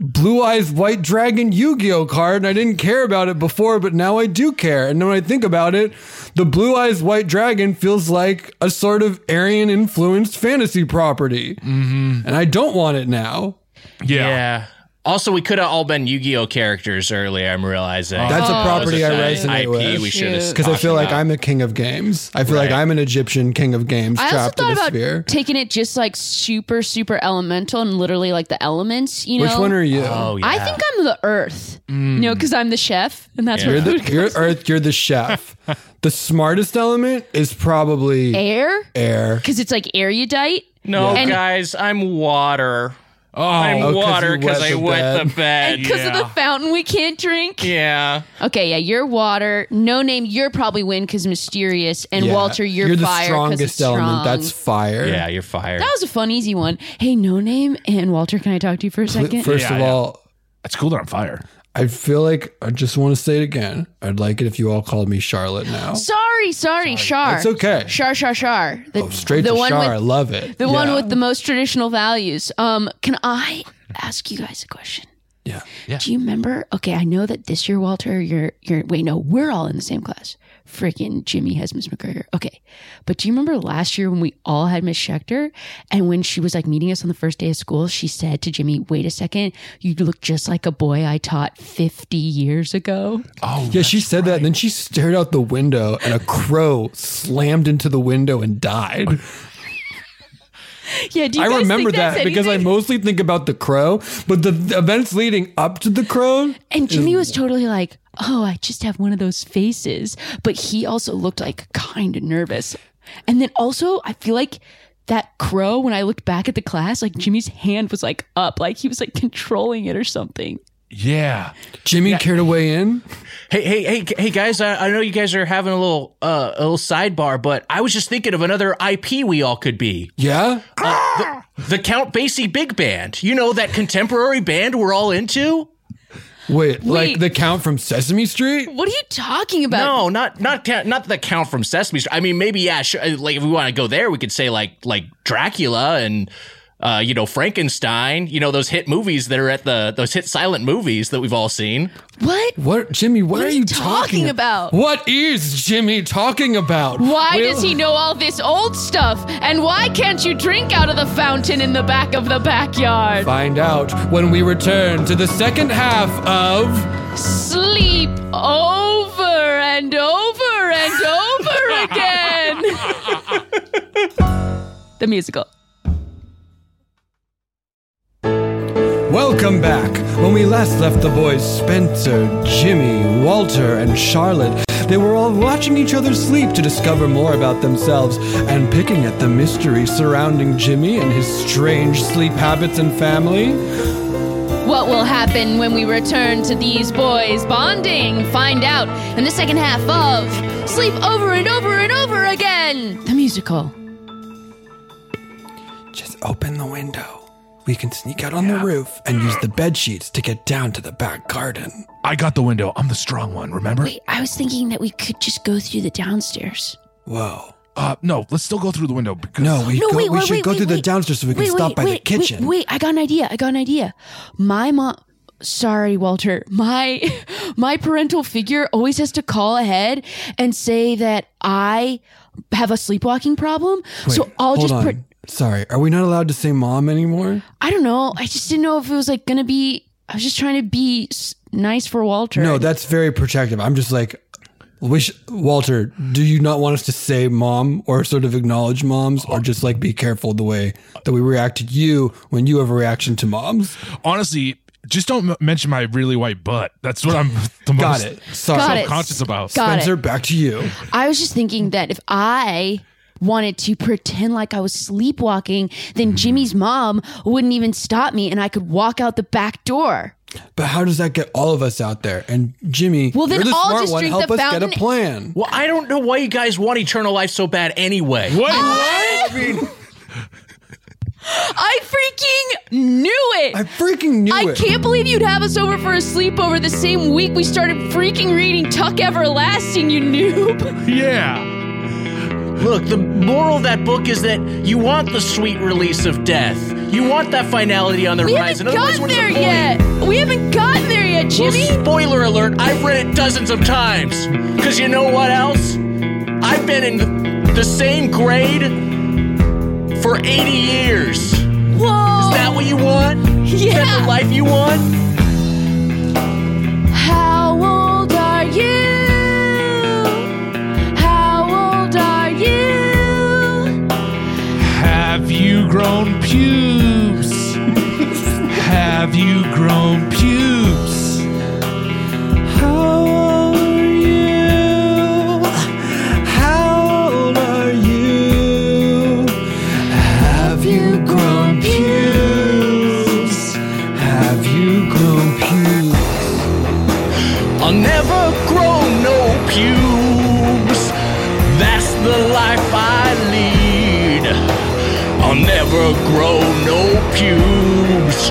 Speaker 4: blue eyes white dragon Yu Gi Oh card, and I didn't care about it before, but now I do care. And when I think about it, the blue eyes white dragon feels like a sort of Aryan influenced fantasy property, and I don't want it now.
Speaker 5: yeah.
Speaker 6: yeah. Also, we could have all been Yu-Gi-Oh characters earlier. I'm realizing Oh.
Speaker 4: That's a property I
Speaker 6: That's an
Speaker 4: resonate
Speaker 6: IP
Speaker 4: with.
Speaker 6: we should have
Speaker 4: because I feel like I'm a king of games. I feel like
Speaker 6: Right.
Speaker 4: I'm an Egyptian king of games
Speaker 2: I also
Speaker 4: trapped in
Speaker 2: thought
Speaker 4: a
Speaker 2: about
Speaker 4: sphere.
Speaker 2: taking it just like super, super elemental and literally like the elements. You know,
Speaker 4: Which one are you?
Speaker 6: Oh yeah.
Speaker 2: I think I'm the earth. You know, because I'm the chef, and that's
Speaker 4: You're
Speaker 2: where
Speaker 4: the
Speaker 2: food
Speaker 4: you're Earth. You're the chef. the smartest element is probably air.
Speaker 2: air because it's like erudite.
Speaker 6: no,
Speaker 2: And-
Speaker 6: guys, I'm water. I'm
Speaker 5: Oh,
Speaker 4: Oh, 'cause
Speaker 6: water
Speaker 4: you wet
Speaker 6: because I
Speaker 4: the
Speaker 6: wet
Speaker 4: bed.
Speaker 6: the bed.
Speaker 2: Because of the fountain, we can't drink.
Speaker 6: yeah.
Speaker 2: Okay, yeah, you're water. No name, you're probably win because mysterious, and Walter, you're,
Speaker 4: the
Speaker 2: fire 'cause
Speaker 4: strongest
Speaker 2: it's strong.
Speaker 4: element. That's fire.
Speaker 6: Yeah, you're fired.
Speaker 2: that was a fun, easy one. Hey, no name and Walter, can I talk to you for a second?
Speaker 4: First
Speaker 5: Yeah,
Speaker 4: of
Speaker 5: yeah.
Speaker 4: all,
Speaker 5: that's cool. They're on fire.
Speaker 4: I feel like I just want to say it again. I'd like it if you all called me Charlotte now.
Speaker 2: sorry, sorry, Shar.
Speaker 4: It's okay.
Speaker 2: Shar, Shar, Shar. The,
Speaker 4: Straight
Speaker 2: the
Speaker 4: to
Speaker 2: one
Speaker 4: Char. I
Speaker 2: With,
Speaker 4: love it.
Speaker 2: the
Speaker 4: yeah.
Speaker 2: one with the most traditional values. Um, can I ask you guys a question?
Speaker 4: yeah.
Speaker 2: Do you remember? Okay, I know that this year, Walter, you're you're wait, no, we're all in the same class. Freaking Jimmy has Miss McGregor. Okay. But do you remember last year when we all had Miss Schechter? And when she was like meeting us on the first day of school, she said to Jimmy, wait a second, you look just like a boy I taught 50 years ago.
Speaker 4: Yeah, she said that, and then she stared out the window, and a crow slammed into the window and died.
Speaker 2: Yeah, do you
Speaker 4: I
Speaker 2: guys
Speaker 4: remember
Speaker 2: think that's
Speaker 4: that because I
Speaker 2: anything?
Speaker 4: mostly think about the crow, but the the events leading up to the crow.
Speaker 2: And Jimmy was totally like, oh, I just have one of those faces. But he also looked like kind of nervous. And then also, I feel like that crow, when I looked back at the class, like Jimmy's hand was like up, like he was like controlling it or something.
Speaker 5: Yeah.
Speaker 4: Jimmy care to weigh in.
Speaker 6: Hey, hey, hey, g- hey, guys! I, I know you guys are having a little, uh, a little sidebar, but I was just thinking of another IP we all could be
Speaker 4: Yeah,
Speaker 6: the Count Basie Big Band. You know that contemporary band we're all into?
Speaker 4: Wait, like
Speaker 2: Wait.
Speaker 4: the count from Sesame Street?
Speaker 2: What are you talking about?
Speaker 6: No, not not ca- not the Count from Sesame Street. I mean, maybe yeah. Sure, uh, like if we want to go there, we could say like like Dracula and. Uh, you know Frankenstein. You know those hit movies that are at the those hit silent movies that we've all seen.
Speaker 2: What?
Speaker 4: What, Jimmy? What,
Speaker 2: What
Speaker 4: are
Speaker 2: is
Speaker 4: you
Speaker 2: he
Speaker 4: talking,
Speaker 2: talking about?
Speaker 4: What is Jimmy talking about?
Speaker 2: Why
Speaker 4: Will-
Speaker 2: does he know all this old stuff? And why can't you drink out of the fountain in the back of the backyard?
Speaker 4: Find out when we return to the second half of
Speaker 2: Sleep over and over and over again. the musical.
Speaker 4: Welcome Back. When we last left the boys, Spencer, Jimmy, Walter, and Charlotte, they were all watching each other sleep to discover more about themselves and picking at the mystery surrounding Jimmy and his strange sleep habits and family.
Speaker 2: What will happen when we return to these boys bonding? Find out in the second half of Sleep Over and Over and Over Again, the musical.
Speaker 4: Just open the window. We can sneak out on the roof and use the bed sheets to get down to the back garden.
Speaker 5: I got the window. I'm the strong one. Remember?
Speaker 2: Wait, I was thinking that we could just go through the downstairs.
Speaker 4: Whoa.
Speaker 5: Uh, no. Let's still go through the window. Because
Speaker 4: No, we
Speaker 2: No,
Speaker 4: go,
Speaker 2: wait,
Speaker 4: we
Speaker 2: wait,
Speaker 4: should
Speaker 2: wait,
Speaker 4: go
Speaker 2: wait,
Speaker 4: through the
Speaker 2: wait.
Speaker 4: downstairs so we can
Speaker 2: Wait,
Speaker 4: stop
Speaker 2: wait,
Speaker 4: by the
Speaker 2: wait,
Speaker 4: kitchen.
Speaker 2: Wait, wait, I got an idea. I got an idea. My mom. Sorry, Walter. My my parental figure always has to call ahead and say that I have a sleepwalking problem. so
Speaker 4: Wait,
Speaker 2: I'll
Speaker 4: hold
Speaker 2: just.
Speaker 4: on.
Speaker 2: Pre-
Speaker 4: Sorry, are we not allowed to say mom anymore?
Speaker 2: I don't know. I just didn't know if it was like gonna be. I was just trying to be s- nice for Walter.
Speaker 4: No, that's very protective. I'm just like, wish Walter, do you not want us to say mom or sort of acknowledge moms or just like be careful the way that we react to you when you have a reaction to moms?
Speaker 5: honestly, just don't m- mention my really white butt. That's what I'm the
Speaker 4: Got
Speaker 5: most
Speaker 4: it. Sorry.
Speaker 2: Got it.
Speaker 5: conscious about.
Speaker 2: Got it.
Speaker 4: Spencer, back to you.
Speaker 2: I was just thinking that if I wanted to pretend like I was sleepwalking, then Jimmy's mom wouldn't even stop me and I could walk out the back door.
Speaker 4: But how does that get all of us out there? And Jimmy,
Speaker 2: Well, then
Speaker 4: you're the
Speaker 2: I'll
Speaker 4: smart
Speaker 2: just
Speaker 4: one.
Speaker 2: drink
Speaker 4: Help
Speaker 2: the
Speaker 4: us get a
Speaker 2: fountain-
Speaker 4: plan.
Speaker 6: Well, I don't know why you guys want eternal life so bad anyway.
Speaker 5: What?
Speaker 2: I freaking knew it.
Speaker 4: I freaking knew
Speaker 2: I
Speaker 4: it.
Speaker 2: can't believe you'd have us over for a sleepover the same week we started freaking reading Tuck Everlasting, you noob.
Speaker 5: Yeah.
Speaker 6: Look, the moral of that book is that you want the sweet release of death. You want that finality on the
Speaker 2: We
Speaker 6: horizon.
Speaker 2: haven't
Speaker 6: Otherwise,
Speaker 2: gotten
Speaker 6: what's the
Speaker 2: there
Speaker 6: point?
Speaker 2: yet. We haven't gotten there yet,
Speaker 6: Well,
Speaker 2: Jimmy.
Speaker 6: spoiler alert, I've read it dozens of times. Because you know what else? I've been in the same grade for 80 years. Is
Speaker 2: Whoa.
Speaker 6: that what you want? Is that
Speaker 2: Yeah.
Speaker 6: the life you want?
Speaker 2: How old are you? How old are you?
Speaker 5: Have you grown pubes? Have you grown pubes?
Speaker 4: How old are you? How old are you? Have you grown pubes? Have you grown pubes?
Speaker 6: I'll never grow no pubes. That's the life I lead. I'll never grow no pubes.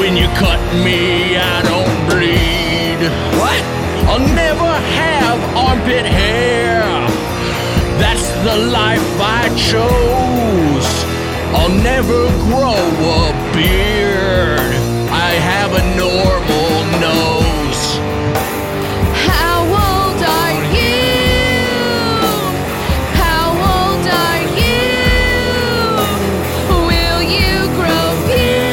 Speaker 6: When you cut me, I don't bleed. What? I'll never have armpit hair. That's the life I chose. I'll never grow a beard. I have a normal nose.
Speaker 2: How old are you? How old are you? Will you grow
Speaker 4: Oh.
Speaker 2: pubes?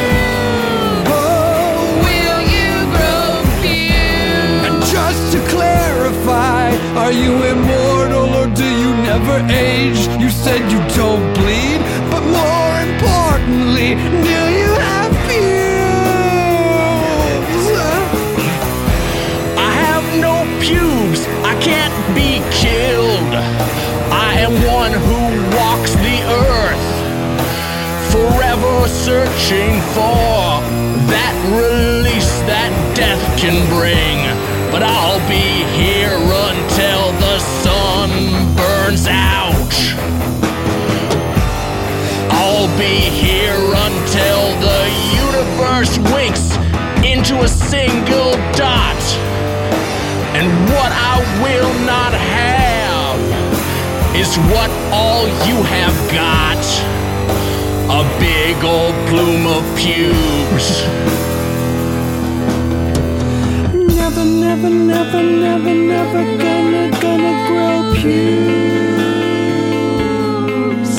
Speaker 2: Will you grow pubes?
Speaker 4: And just to clarify, are you immortal or do you never age? You said you don't bleed, but more importantly, do you have pubes?
Speaker 6: I have no pubes. I can't be killed. I am one who walks the earth, forever searching for that release that death can bring. But I'll be here until the sun burns out. I'll be here until the universe winks into a single dot. And what I will not have is what all you have got. A big old plume of pubes.
Speaker 4: Never, never, never, never, never gonna, gonna grow pubes.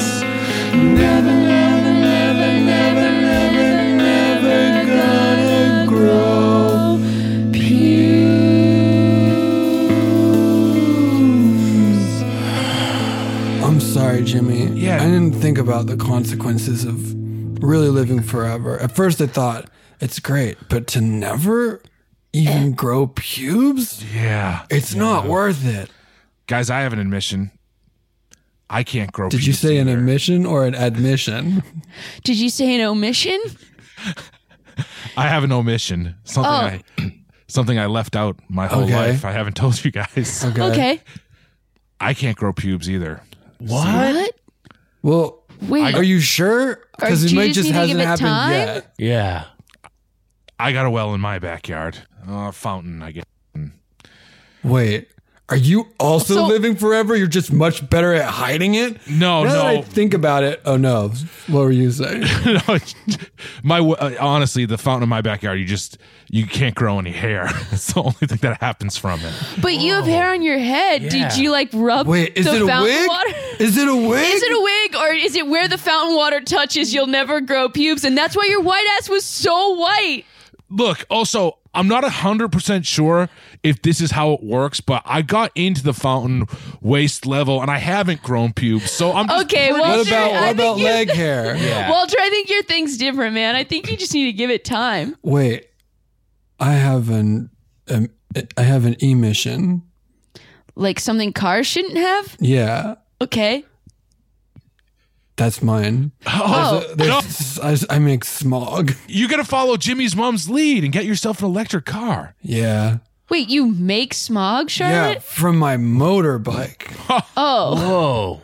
Speaker 4: Never, never, never, never, never, never gonna grow pubes. I'm sorry, Jimmy.
Speaker 5: Yeah.
Speaker 4: I didn't think about the consequences of really living forever. At first, I thought it's great, but to never even grow pubes?
Speaker 5: Yeah.
Speaker 4: It's not worth it.
Speaker 5: Guys, I have an admission. I can't grow
Speaker 4: Did you
Speaker 5: pubes
Speaker 4: say an
Speaker 5: either.
Speaker 4: admission or an admission?
Speaker 2: Did you say an omission?
Speaker 5: I have an omission. Something I something I left out my whole
Speaker 4: Okay.
Speaker 5: life. I haven't told you guys.
Speaker 2: Okay.
Speaker 5: I can't grow pubes either.
Speaker 2: What?
Speaker 4: Well,
Speaker 2: Wait.
Speaker 4: are you sure? Because
Speaker 2: Or
Speaker 4: it
Speaker 2: do you
Speaker 4: might
Speaker 2: just
Speaker 4: just
Speaker 2: need to
Speaker 4: hasn't
Speaker 2: give it
Speaker 4: happened
Speaker 2: time?
Speaker 4: yet.
Speaker 6: Yeah.
Speaker 5: I got a well in my backyard. Uh, fountain, I guess.
Speaker 4: Wait. Are you also
Speaker 2: So-
Speaker 4: living forever? You're just much better at hiding it.
Speaker 5: No,
Speaker 4: now That I
Speaker 5: no.
Speaker 4: think about it. Oh no. What were you saying?
Speaker 5: No, my uh, honestly, the fountain in my backyard. You just you can't grow any hair. It's the only thing that happens from it.
Speaker 2: But you have hair on your head. Did you like rub
Speaker 4: Wait, is
Speaker 2: the
Speaker 4: it a
Speaker 2: fountain
Speaker 4: wig?
Speaker 2: water?
Speaker 4: Is it a wig?
Speaker 2: Is it a wig or is it where the fountain water touches? You'll never grow pubes, and that's why your white ass was so white.
Speaker 5: Look, also, I'm not hundred percent sure if this is how it works, but I got into the fountain waist level, and I haven't grown pubes. So I'm just
Speaker 2: Okay,
Speaker 5: pretty-
Speaker 2: well-
Speaker 4: What
Speaker 2: I
Speaker 4: about what
Speaker 2: think
Speaker 4: about
Speaker 2: you-
Speaker 4: leg hair?
Speaker 5: Yeah.
Speaker 2: Walter, I think your thing's different, man. I think you just need to give it time.
Speaker 4: Wait. I have an um, I have an emission.
Speaker 2: Like something cars shouldn't have.
Speaker 4: Yeah.
Speaker 2: Okay,
Speaker 4: That's mine.
Speaker 2: Oh.
Speaker 4: There's- I, I make smog.
Speaker 5: You gotta follow Jimmy's mom's lead and get yourself an electric car.
Speaker 4: Yeah.
Speaker 2: Wait, you make smog, Charlotte?
Speaker 4: Yeah, from my motorbike.
Speaker 2: Oh.
Speaker 6: Whoa.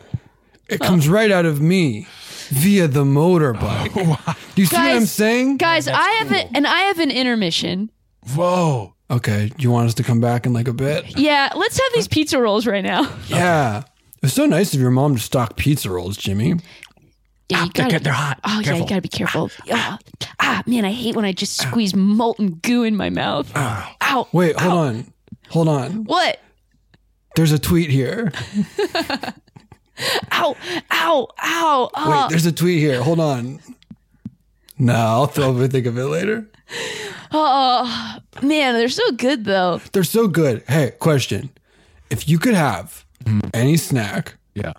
Speaker 4: It comes right out of me via the motorbike. Do you see what I'm saying?
Speaker 2: Guys, I have a, and I have an intermission.
Speaker 5: Whoa.
Speaker 4: Okay, do you want us to come back in like a bit?
Speaker 2: Yeah, let's have these pizza rolls right now.
Speaker 4: Yeah. It's so nice of your mom to stock pizza rolls, Jimmy.
Speaker 2: Yeah, you
Speaker 6: they're
Speaker 2: gotta-
Speaker 6: good, they're hot.
Speaker 2: Oh yeah,
Speaker 6: Careful.
Speaker 2: you gotta be careful. Ah, ah, Ah. man, I hate when I just squeeze molten goo in my mouth. Ow!
Speaker 4: Wait, hold on. Hold on.
Speaker 2: Oh. What?
Speaker 4: There's a tweet here.
Speaker 2: Ow! Ow! Ow!
Speaker 4: Wait,
Speaker 2: Ah.
Speaker 4: there's a tweet here. Hold on. No, I'll probably think of it later.
Speaker 2: Oh, man, they're so good though.
Speaker 4: They're so good. Hey, question. If you could have any snack
Speaker 5: Yeah.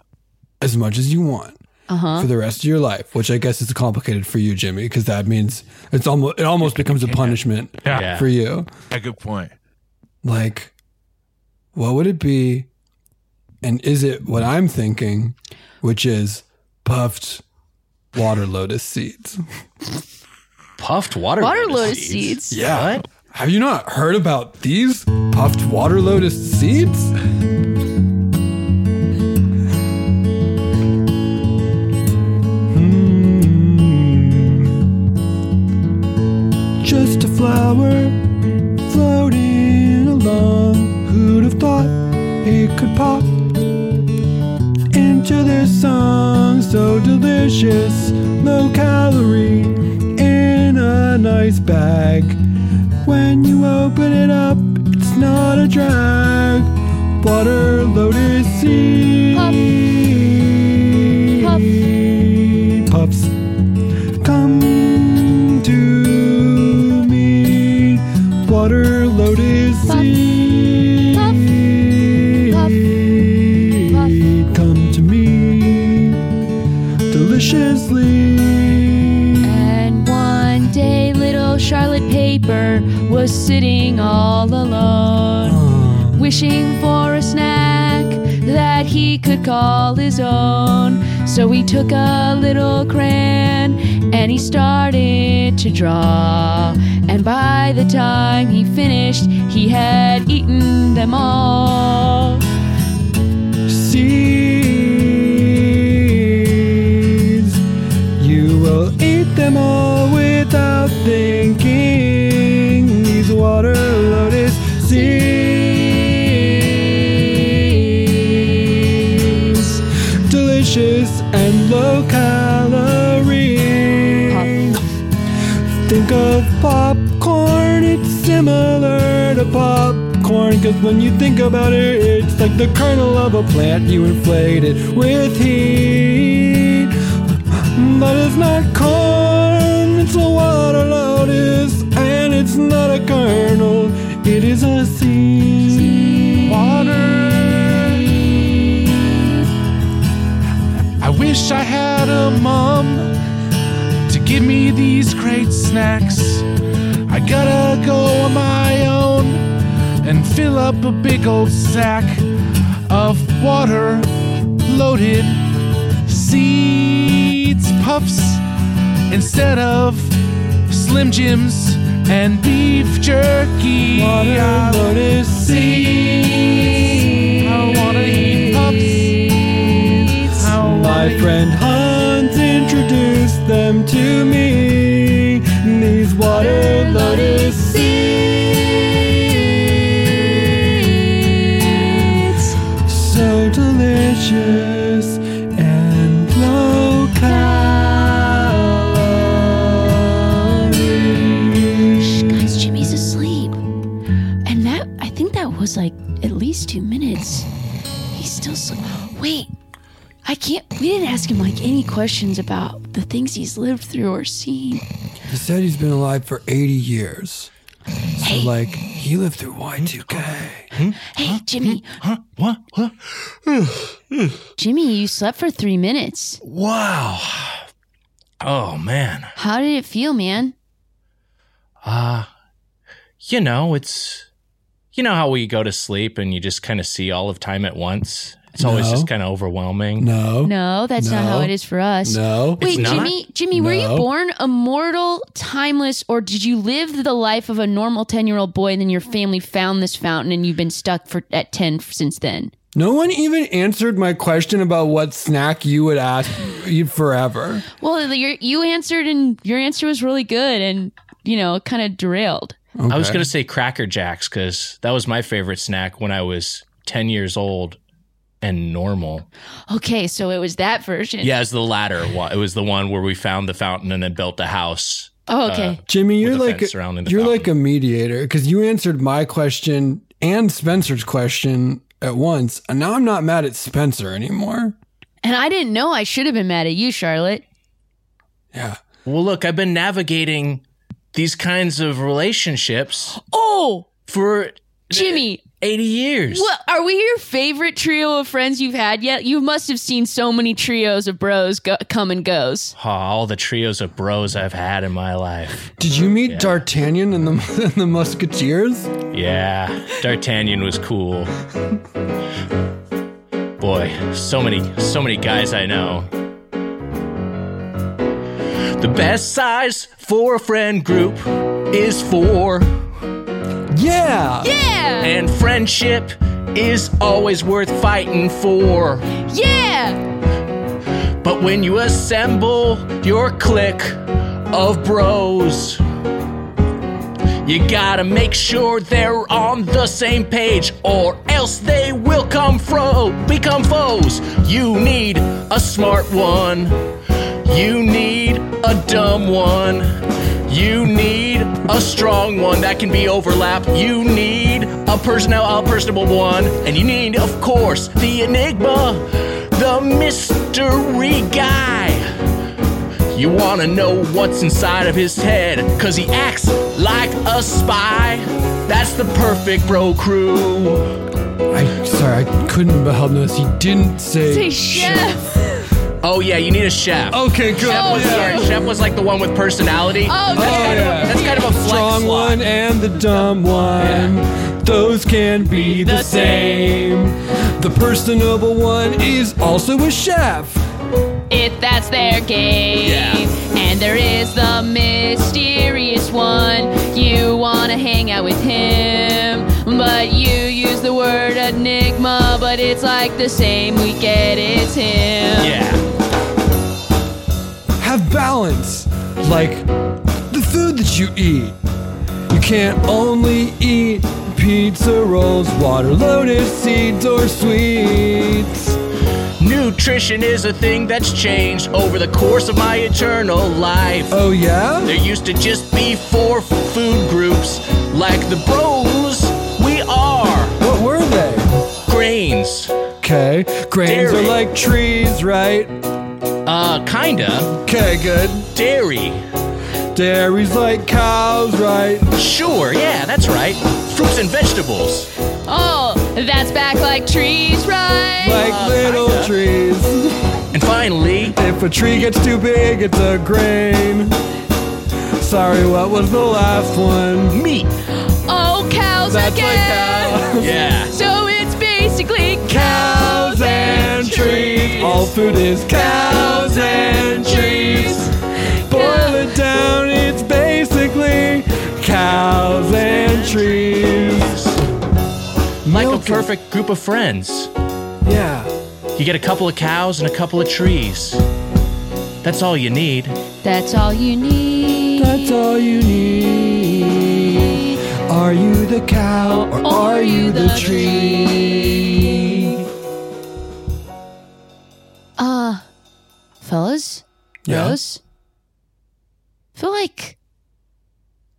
Speaker 4: as much as you want for the rest of your life, which I guess is complicated for you, Jimmy, because that means it's almost it almost becomes a punishment
Speaker 5: Yeah.
Speaker 4: for you.
Speaker 5: A good point.
Speaker 4: Like, what would it be? And is it what I'm thinking, which is puffed water lotus seeds?
Speaker 6: Puffed water,
Speaker 2: Water lotus seeds.
Speaker 4: Yeah. Have you not heard about these puffed water lotus seeds? Hmm. Hmm. Just a flower floating along. Who'd have thought it could pop into this song? So delicious, low calorie, in a nice bag. When you open it up, it's not a drag. Water lotus seed. Puffs. Come to me. Water lotus seed. Come to me. Deliciously.
Speaker 2: And one day, little Charlotte Paper was sitting all alone, wishing for a snack that he could call his own. So he took a little crayon and he started to draw. And by the time he finished, he had eaten them all.
Speaker 4: seeds. You will eat them all without thinking. These water lotus seeds. Delicious and low calorie. Think of popcorn, it's similar to popcorn. Cause when you think about it, it's like the kernel of a plant, you inflate it with heat. But it's not corn, it's a water lotus, and it's not a kernel, it is a seed. Water.
Speaker 5: I wish I had a mom to give me these great snacks. I gotta go on my own and fill up a big old sack of water loaded seeds, puffs instead of Slim Jims and beef jerky.
Speaker 4: Water lotus seed.
Speaker 5: I wanna eat puffs. I wanna
Speaker 4: My
Speaker 5: eat-
Speaker 4: friend Hans introduced them to me. These water lotus seeds. So delicious and low calorie.
Speaker 2: Guys, Jimmy's asleep. And that, I think that was like at least two minutes. He's still sleeping. Wait, I can't, we didn't ask him like any questions about the things he's lived through or seen.
Speaker 4: He said he's been alive for 80 years. So, like, he lived through Y2K.
Speaker 2: Hey, Jimmy. Huh? What? Jimmy, you slept for three minutes.
Speaker 6: Wow. Oh, man.
Speaker 2: How did it feel, man?
Speaker 6: Uh, you know, it's, you know how we go to sleep and you just kind of see all of time at once It's always
Speaker 4: No.
Speaker 6: just kind of overwhelming.
Speaker 4: No.
Speaker 2: No, that's not
Speaker 4: No.
Speaker 2: how it is for us.
Speaker 4: No.
Speaker 2: Wait,
Speaker 6: not?
Speaker 2: Jimmy, Jimmy, were you
Speaker 4: No.
Speaker 2: born immortal, timeless, or did you live the life of a normal 10 year old boy and then your family found this fountain and you've been stuck for at 10 since then?
Speaker 4: No one even answered my question about what snack you would ask you forever.
Speaker 2: Well, you you answered and your answer was really good and, you know, kind of derailed.
Speaker 6: I was going to say Cracker Jacks because that was my favorite snack when I was 10 years old and normal.
Speaker 2: Okay, so it was that version.
Speaker 6: Yeah, it was the latter one. It was the one where we found the fountain and then built a house.
Speaker 2: Oh, okay.
Speaker 4: Jimmy, you're
Speaker 6: a
Speaker 4: like
Speaker 6: fence surrounding the
Speaker 4: you're
Speaker 6: fountain.
Speaker 4: like a mediator because you answered my question and Spencer's question at once, and now I'm not mad at Spencer anymore.
Speaker 2: and I didn't know I should have been mad at you, Charlotte.
Speaker 4: Yeah.
Speaker 6: Well, look, I've been navigating these kinds of relationships
Speaker 2: Oh,
Speaker 6: for
Speaker 2: Jimmy.
Speaker 6: 80 years.
Speaker 2: Well, are we your favorite trio of friends you've had yet? You must have seen so many trios of bros go- come and goes.
Speaker 6: Oh, all the trios of bros I've had in my life.
Speaker 4: Did you meet D'Artagnan and the and the Musketeers?
Speaker 6: Yeah, D'Artagnan was cool. Boy, so many, so many guys I know. The best size for a friend group is four,
Speaker 4: Yeah.
Speaker 2: Yeah,
Speaker 6: and friendship is always worth fighting for.
Speaker 2: yeah.
Speaker 6: But when you assemble your clique of bros, you gotta make sure they're on the same page, or else they will come fro become foes. You need a smart one. You need a dumb one. You need a strong one that can be overlapped. You need a personnel, a personable one. And you need, of course, the enigma, the mystery guy. You wanna know what's inside of his head, cause he acts like a spy. That's the perfect bro crew.
Speaker 4: I sorry, I couldn't help notice he didn't say.
Speaker 2: Say chef.
Speaker 6: Oh, yeah, you need a chef.
Speaker 4: Okay, good.
Speaker 6: Chef was,
Speaker 4: Oh, Yeah.
Speaker 6: sorry, chef was like the one with personality.
Speaker 2: Oh,
Speaker 4: Oh,
Speaker 2: man.
Speaker 4: yeah.
Speaker 6: That's kind of a flex
Speaker 4: strong
Speaker 6: slot.
Speaker 4: one and the dumb one. Those can be the same. The personable one is also a chef.
Speaker 2: If that's their game.
Speaker 6: Yeah.
Speaker 2: And there is the mysterious one. You want to hang out with him, but you use the word enigma, but it's like the same. We get it's him.
Speaker 6: Yeah.
Speaker 4: Have balance, like the food that you eat. You can't only eat pizza rolls, water lotus seeds, or sweets.
Speaker 6: Nutrition is a thing that's changed over the course of my eternal life.
Speaker 4: Oh, yeah?
Speaker 6: There used to just be four food groups, like the bros we are.
Speaker 4: What were they?
Speaker 6: Grains.
Speaker 4: Okay, grains
Speaker 6: Dairy.
Speaker 4: are like trees, right?
Speaker 6: Uh, kinda.
Speaker 4: Okay, good.
Speaker 6: Dairy.
Speaker 4: Dairy's like cows, right?
Speaker 6: Sure, yeah, that's right. Fruits and vegetables.
Speaker 2: Oh, that's back like trees, right?
Speaker 4: Like little
Speaker 6: kinda.
Speaker 4: trees.
Speaker 6: And finally,
Speaker 4: If a tree gets too big, it's a grain. Sorry, what was the last one?
Speaker 6: meat.
Speaker 2: Oh, cows
Speaker 4: That's like
Speaker 2: again.
Speaker 4: cows.
Speaker 6: Yeah.
Speaker 2: so it's basically
Speaker 4: Cows and trees. All food is cows and trees. Boil it down, it's basically cows and trees.
Speaker 6: Like a
Speaker 4: Milk is-
Speaker 6: perfect group of friends.
Speaker 4: Yeah.
Speaker 6: You get a couple of cows and a couple of trees. That's all you need.
Speaker 2: That's all you need.
Speaker 4: That's all you need. Are you the cow or are you the tree?
Speaker 2: Uh, fellas,
Speaker 4: Yeah.
Speaker 2: Rose, I feel like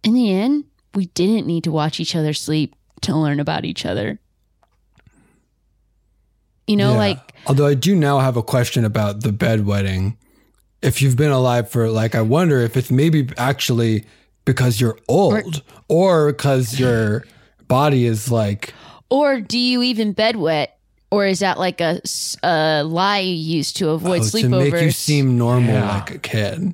Speaker 2: in the end we didn't need to watch each other sleep to learn about each other. You know,
Speaker 4: Yeah.
Speaker 2: like
Speaker 4: although I do now have a question about the bedwetting. If you've been alive for like, I wonder if it's maybe actually because you're old or because your body is like,
Speaker 2: Or do you even bed wet? Or is that like a, s- a lie you use to avoid
Speaker 4: oh, to
Speaker 2: sleepovers?
Speaker 4: make you seem normal like a kid.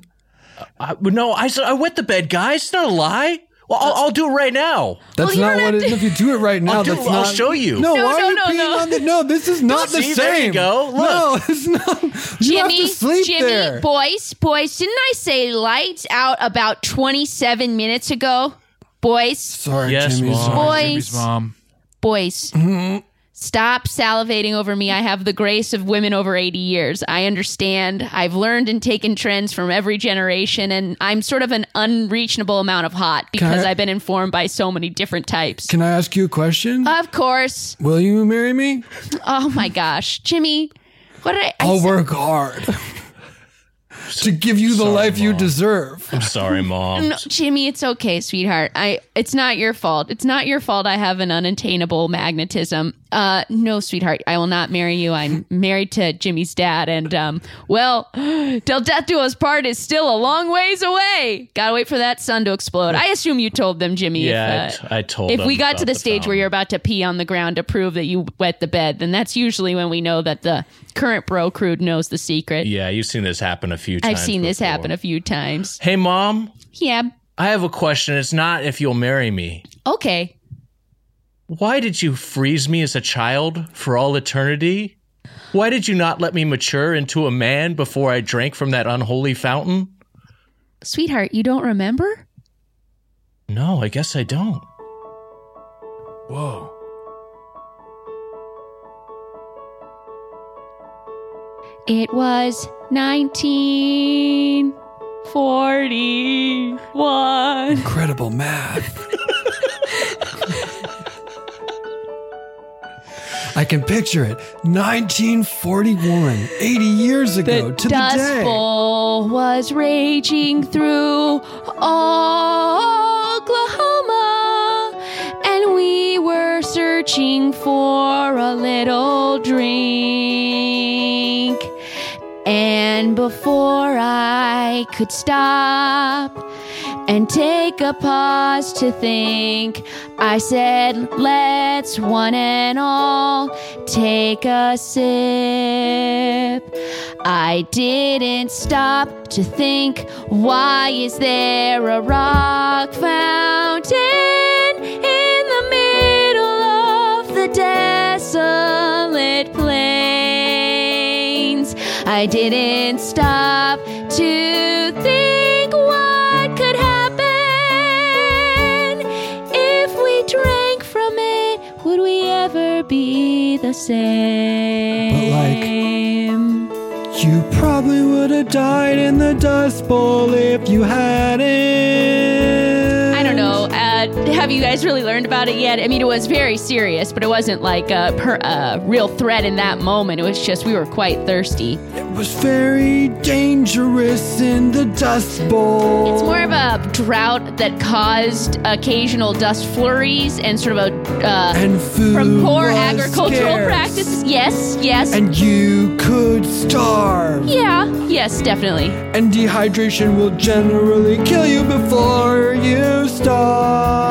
Speaker 6: I, no, I, s- I wet the bed, guys. It's not a lie. Well, I'll, I'll do it right now.
Speaker 4: That's
Speaker 2: you
Speaker 4: not
Speaker 2: don't
Speaker 4: what
Speaker 2: have
Speaker 4: it.
Speaker 2: to-
Speaker 4: If you do it right now,
Speaker 6: I'll do-
Speaker 4: that's
Speaker 6: I'll
Speaker 4: not.
Speaker 6: show you.
Speaker 4: No,
Speaker 2: No,
Speaker 4: why
Speaker 2: no,
Speaker 4: are you
Speaker 2: no,
Speaker 4: being
Speaker 2: no.
Speaker 4: on the? No, this is not the same.
Speaker 6: See, there you go.
Speaker 4: No,
Speaker 6: Look.
Speaker 4: it's not. You have
Speaker 2: Jimmy,
Speaker 4: to sleep
Speaker 2: Jimmy,
Speaker 4: there.
Speaker 2: boys, boys, didn't I say lights out about 27 minutes ago? Boys,
Speaker 4: Sorry,
Speaker 6: Yes,
Speaker 4: Jimmy.
Speaker 6: Mom.
Speaker 4: Sorry.
Speaker 2: Boys.
Speaker 5: Jimmy's mom.
Speaker 2: boys.
Speaker 4: Mm-hmm.
Speaker 2: Stop salivating over me. I have the grace of women over 80 years. I understand. I've learned and taken trends from every generation, and I'm sort of an unreachable amount of hot because
Speaker 4: I-
Speaker 2: I've been informed by so many different types.
Speaker 4: Can I ask you a question?
Speaker 2: of course.
Speaker 4: Will you marry me?
Speaker 2: Oh my gosh. Jimmy, what did I. I
Speaker 4: I'll
Speaker 2: said-
Speaker 4: work hard to give you the
Speaker 6: Sorry,
Speaker 4: life you
Speaker 6: Mom.
Speaker 4: deserve.
Speaker 6: I'm sorry, mom.
Speaker 2: No, Jimmy, it's okay, sweetheart. I it's not your fault. It's not your fault I have an unattainable magnetism. Uh no, sweetheart, I will not marry you. I'm married to Jimmy's dad and um well, Del Death Do Us Part is still a long ways away. Gotta wait for that sun to explode. I assume you told them, Jimmy.
Speaker 6: Yeah,
Speaker 2: if, uh,
Speaker 6: I, t- I told.
Speaker 2: if
Speaker 6: him
Speaker 2: we got
Speaker 6: about
Speaker 2: to the, stage where
Speaker 6: fountain.
Speaker 2: you're about to pee on the ground to prove that you wet the bed, then that's usually when we know that the current bro crude knows the secret.
Speaker 6: yeah, you've seen this happen a few times.
Speaker 2: I've seen this
Speaker 6: before.
Speaker 2: happen a few times.
Speaker 6: Hey, mom,
Speaker 2: Yeah.
Speaker 6: I have a question. It's not if you'll marry me.
Speaker 2: Okay.
Speaker 6: Why did you freeze me as a child for all eternity? Why did you not let me mature into a man before I drank from that unholy fountain?
Speaker 2: Sweetheart, you don't remember?
Speaker 6: No, I guess I don't.
Speaker 5: Whoa.
Speaker 2: It was 1941.
Speaker 4: Incredible math. I can picture it. 1941, 80 years ago
Speaker 2: The
Speaker 4: to
Speaker 2: Dust
Speaker 4: the day.
Speaker 2: Bowl was raging through Oklahoma, and we were searching for a little drink. And before I could stop and take a pause to think, I said, let's one and all take a sip. I didn't stop to think, why is there a rock fountain in the middle of the desolate plains? I didn't stop to think what could happen if we drank from it. Would we ever be the same?
Speaker 4: You probably would have died in the Dust Bowl if you hadn't.
Speaker 2: I don't know. Uh, have you guys really learned about it yet? I mean, it was very serious, but it wasn't like a per, uh, real threat in that moment. It was just we were quite thirsty.
Speaker 4: It was very dangerous in the Dust Bowl.
Speaker 2: It's more of a drought that caused occasional dust flurries and sort of a uh,
Speaker 4: and food
Speaker 2: from poor
Speaker 4: was
Speaker 2: agricultural
Speaker 4: scarce.
Speaker 2: practices. Yes, yes,
Speaker 4: And you could starve.
Speaker 2: yeah, yes, definitely.
Speaker 4: And dehydration will generally kill you before you starve.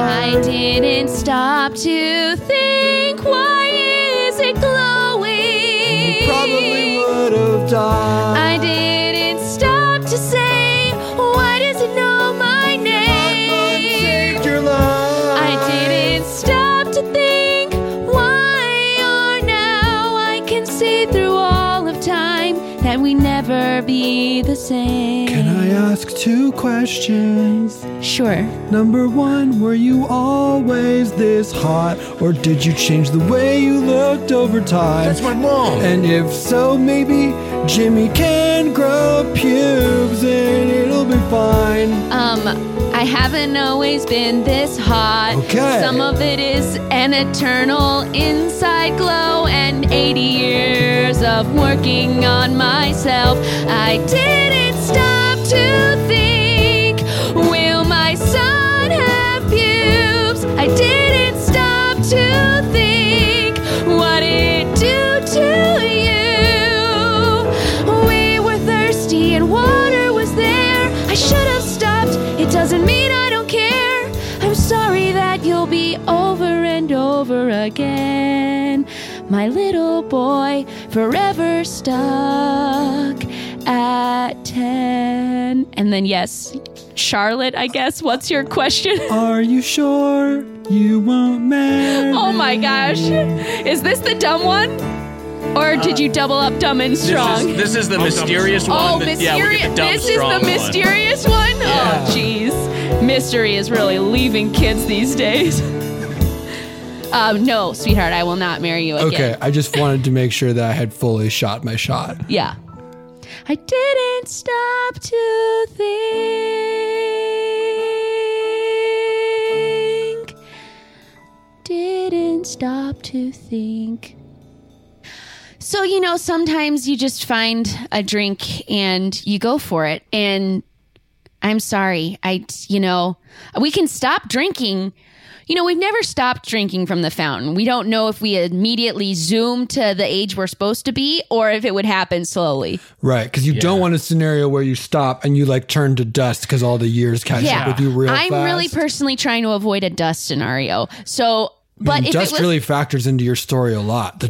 Speaker 2: I didn't stop to think. Why is it glowing?
Speaker 4: Probably would have died.
Speaker 2: I didn't stop to say, why does it know my name?
Speaker 4: Saved your life.
Speaker 2: I didn't stop to think why or now I can see through all of time that we never be the same.
Speaker 4: Can I ask two questions?
Speaker 2: Sure.
Speaker 4: Number one, were you always this hot, or did you change the way you looked over time?
Speaker 6: That's my mom.
Speaker 4: And if so, maybe Jimmy can grow pubes and it'll be fine.
Speaker 2: Um, I haven't always been this hot.
Speaker 4: Okay.
Speaker 2: Some of it is an eternal inside glow and 80 years of working on myself. I didn't stop to think, will my son have pubes? I didn't stop to think, what it do to you? We were thirsty and water was there. I should have stopped. It doesn't mean I don't care. I'm sorry that you'll be over and over again. My little boy, forever stuck at 10. And then, yes, Charlotte, I guess. What's your question?
Speaker 4: Are you sure you won't marry?
Speaker 2: Oh my gosh. Is this the dumb one? Or did you double up dumb and
Speaker 6: This
Speaker 2: strong?
Speaker 6: is, this is the mysterious one.
Speaker 2: oh,
Speaker 6: that-
Speaker 2: mysterious.
Speaker 6: yeah, we get the dumb,
Speaker 2: this is
Speaker 6: strong
Speaker 2: the
Speaker 6: one.
Speaker 2: mysterious one? Oh, jeez. Mystery is really leaving kids these days. um, no, sweetheart, I will not marry you again.
Speaker 4: Okay, I just wanted to make sure that I had fully shot my shot.
Speaker 2: Yeah. I didn't stop to think. Didn't stop to think. So, you know, sometimes you just find a drink and you go for it. And I'm sorry. I, you know, we can stop drinking. You know, we've never stopped drinking from the fountain. We don't know if we immediately zoom to the age we're supposed to be or if it would happen slowly.
Speaker 4: Right, because you don't want a scenario where you stop and you like turn to dust because all the years catch up with you real
Speaker 2: I'm
Speaker 4: fast.
Speaker 2: really personally trying to avoid a dust scenario. So, but
Speaker 4: And
Speaker 2: if
Speaker 4: dust
Speaker 2: it was,
Speaker 4: really factors into your story a lot. The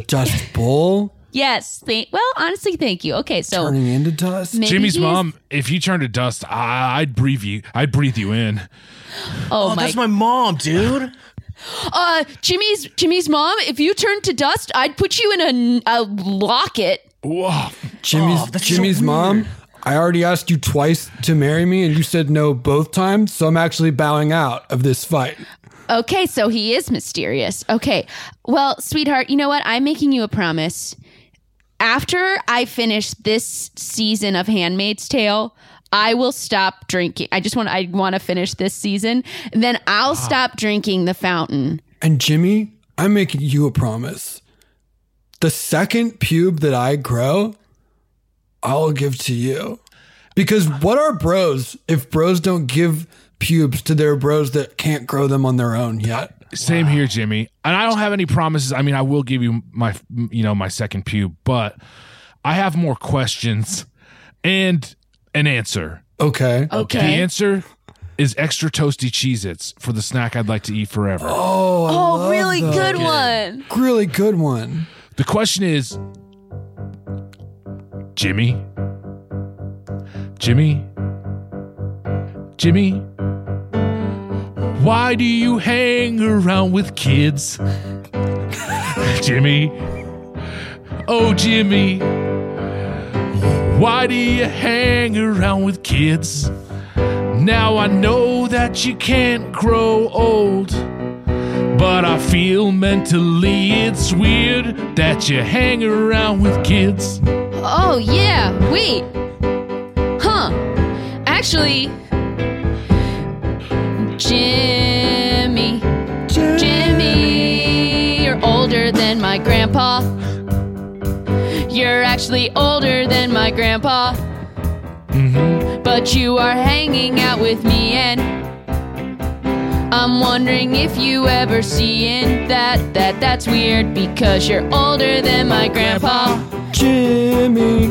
Speaker 4: dust bowl
Speaker 2: yes, thank, well, honestly, thank you. Okay, so
Speaker 4: turning into dust.
Speaker 2: maybe
Speaker 5: Jimmy's
Speaker 2: he's-
Speaker 5: mom, if you turn to dust, I, I'd breathe you. I'd breathe you in.
Speaker 2: Oh,
Speaker 6: Oh,
Speaker 2: my,
Speaker 6: that's my mom, dude.
Speaker 2: uh, Jimmy's Jimmy's mom. If you turned to dust, I'd put you in a, a locket.
Speaker 5: Whoa.
Speaker 2: Oh,
Speaker 4: Jimmy's
Speaker 6: that's so
Speaker 4: Jimmy's mom. I already asked you twice to marry me, and you said no both times. So I'm actually bowing out of this fight.
Speaker 2: Okay, so he is mysterious. Okay. Well, sweetheart, you know what? I'm making you a promise. After I finish this season of Handmaid's Tale, I will stop drinking. I just want I want to finish this season, then I'll stop drinking the fountain.
Speaker 4: And Jimmy, I'm making you a promise. The second pube that I grow, I'll give to you. Because what are bros if bros don't give pubes to their bros that can't grow them on their own yet?
Speaker 5: Same here, Jimmy. And I don't have any promises. I mean, I will give you my, you know, my second pew, but I have more questions and an answer.
Speaker 4: Okay.
Speaker 5: The answer is extra toasty Cheez Its for the snack I'd like to eat forever.
Speaker 2: Oh, really good one.
Speaker 4: Really good one.
Speaker 5: The question is Jimmy? Jimmy? Jimmy? Why do you hang around with kids? Jimmy? Oh, Jimmy. Why do you hang around with kids? Now I know that you can't grow old. But I feel mentally it's weird that you hang around with kids.
Speaker 2: Oh, yeah. Wait. Huh. Actually, Jimmy. Jimmy, you're older than my grandpa. You're actually older than my grandpa. But you are hanging out with me, and I'm wondering if you ever see in that that that's weird because you're older than my grandpa.
Speaker 4: Jimmy,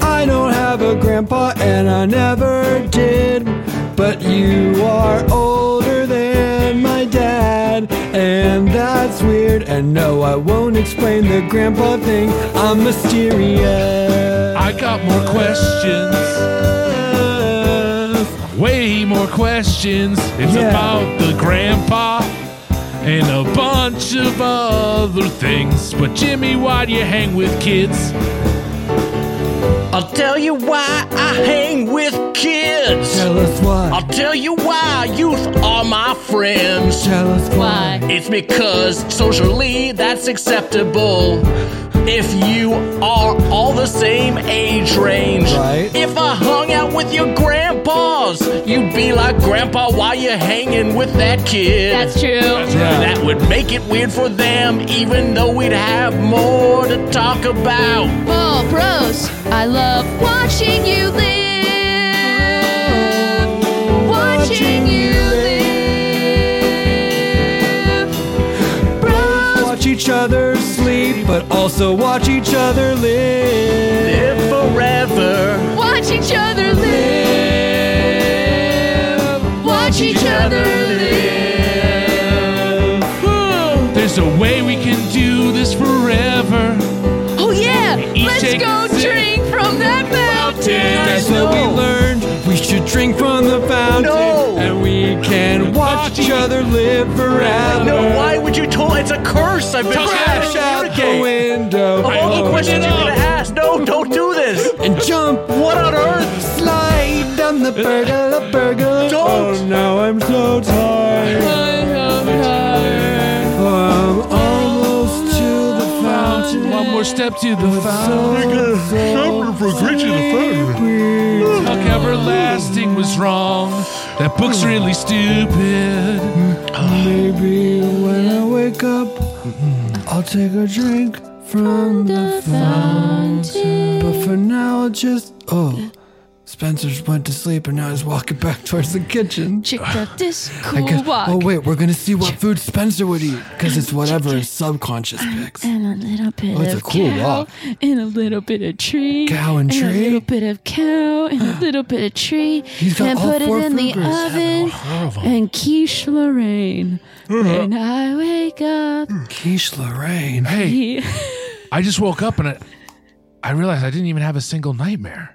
Speaker 4: I don't have a grandpa and I never did, but you are older than my dad, and that's weird. And no, I won't explain the grandpa thing. I'm mysterious.
Speaker 5: I got more questions, way more questions. It's
Speaker 4: Yeah.
Speaker 5: about the grandpa and a bunch of other things. But Jimmy, why do you hang with kids?
Speaker 6: I'll tell you why I hang with kids.
Speaker 4: Tell us
Speaker 6: I'll
Speaker 4: why.
Speaker 6: tell you why youth are my friends.
Speaker 4: Tell us why.
Speaker 2: Why?
Speaker 6: It's because socially that's acceptable. If you are all the same age range.
Speaker 4: Right.
Speaker 6: If I hung out with your grandpas, you'd be like, Grandpa, why you hanging with that kid?
Speaker 2: That's true.
Speaker 6: That would make it weird for them, even though we'd have more to talk about.
Speaker 2: Ball Bros. I love watching you live. Watching you live.
Speaker 4: Watch each other sleep, but also watch each other live.
Speaker 6: Live forever.
Speaker 2: Watch each other live. Watch each other live. Whoa.
Speaker 5: There's a way we can do this forever.
Speaker 2: Oh, yeah.
Speaker 5: Each
Speaker 2: Let's
Speaker 5: take
Speaker 2: go
Speaker 5: a sip.
Speaker 2: drink from that mountain.
Speaker 4: That's what we learned. We should drink from the each other live forever.
Speaker 5: Uh,
Speaker 6: No, why would you tell? It's a curse. I've been
Speaker 5: Toss
Speaker 6: trying
Speaker 4: Crash
Speaker 6: to
Speaker 4: out the
Speaker 6: communicate.
Speaker 4: window Oh.
Speaker 6: Of all the
Speaker 5: open it
Speaker 6: questions you're gonna
Speaker 5: up.
Speaker 6: ask, no, don't do this.
Speaker 4: and jump.
Speaker 6: What on earth?
Speaker 4: Slide down the burglar, burglar.
Speaker 6: Don't.
Speaker 4: Oh, now I'm so tired. Oh, I'm almost to the fountain.
Speaker 5: One more step to the fountain. Look, everlasting was wrong. That book's really stupid.
Speaker 4: Maybe when I wake up, I'll take a drink from the fountain. But for now, I'll just. Oh, Spencer's went to sleep and now he's walking back towards the kitchen.
Speaker 2: Check out this
Speaker 4: I
Speaker 2: cool
Speaker 4: guess,
Speaker 2: walk.
Speaker 4: oh, wait, we're gonna see what food Spencer would eat because it's whatever his subconscious picks.
Speaker 2: And a little bit
Speaker 4: Oh, it's
Speaker 2: of
Speaker 4: a cool
Speaker 2: cow,
Speaker 4: walk.
Speaker 2: and a little bit of tree,
Speaker 4: Cow and
Speaker 2: a
Speaker 4: tree?
Speaker 2: little bit of cow, and a little bit of tree,
Speaker 4: got
Speaker 2: and
Speaker 4: all
Speaker 2: put it
Speaker 4: four
Speaker 2: in the
Speaker 4: food groups.
Speaker 2: oven, and quiche Lorraine.
Speaker 4: Uh-huh.
Speaker 2: When I wake up,
Speaker 4: Hmm. Quiche Lorraine.
Speaker 5: Hey,
Speaker 2: he-
Speaker 5: I just woke up and I, I realized I didn't even have a single nightmare.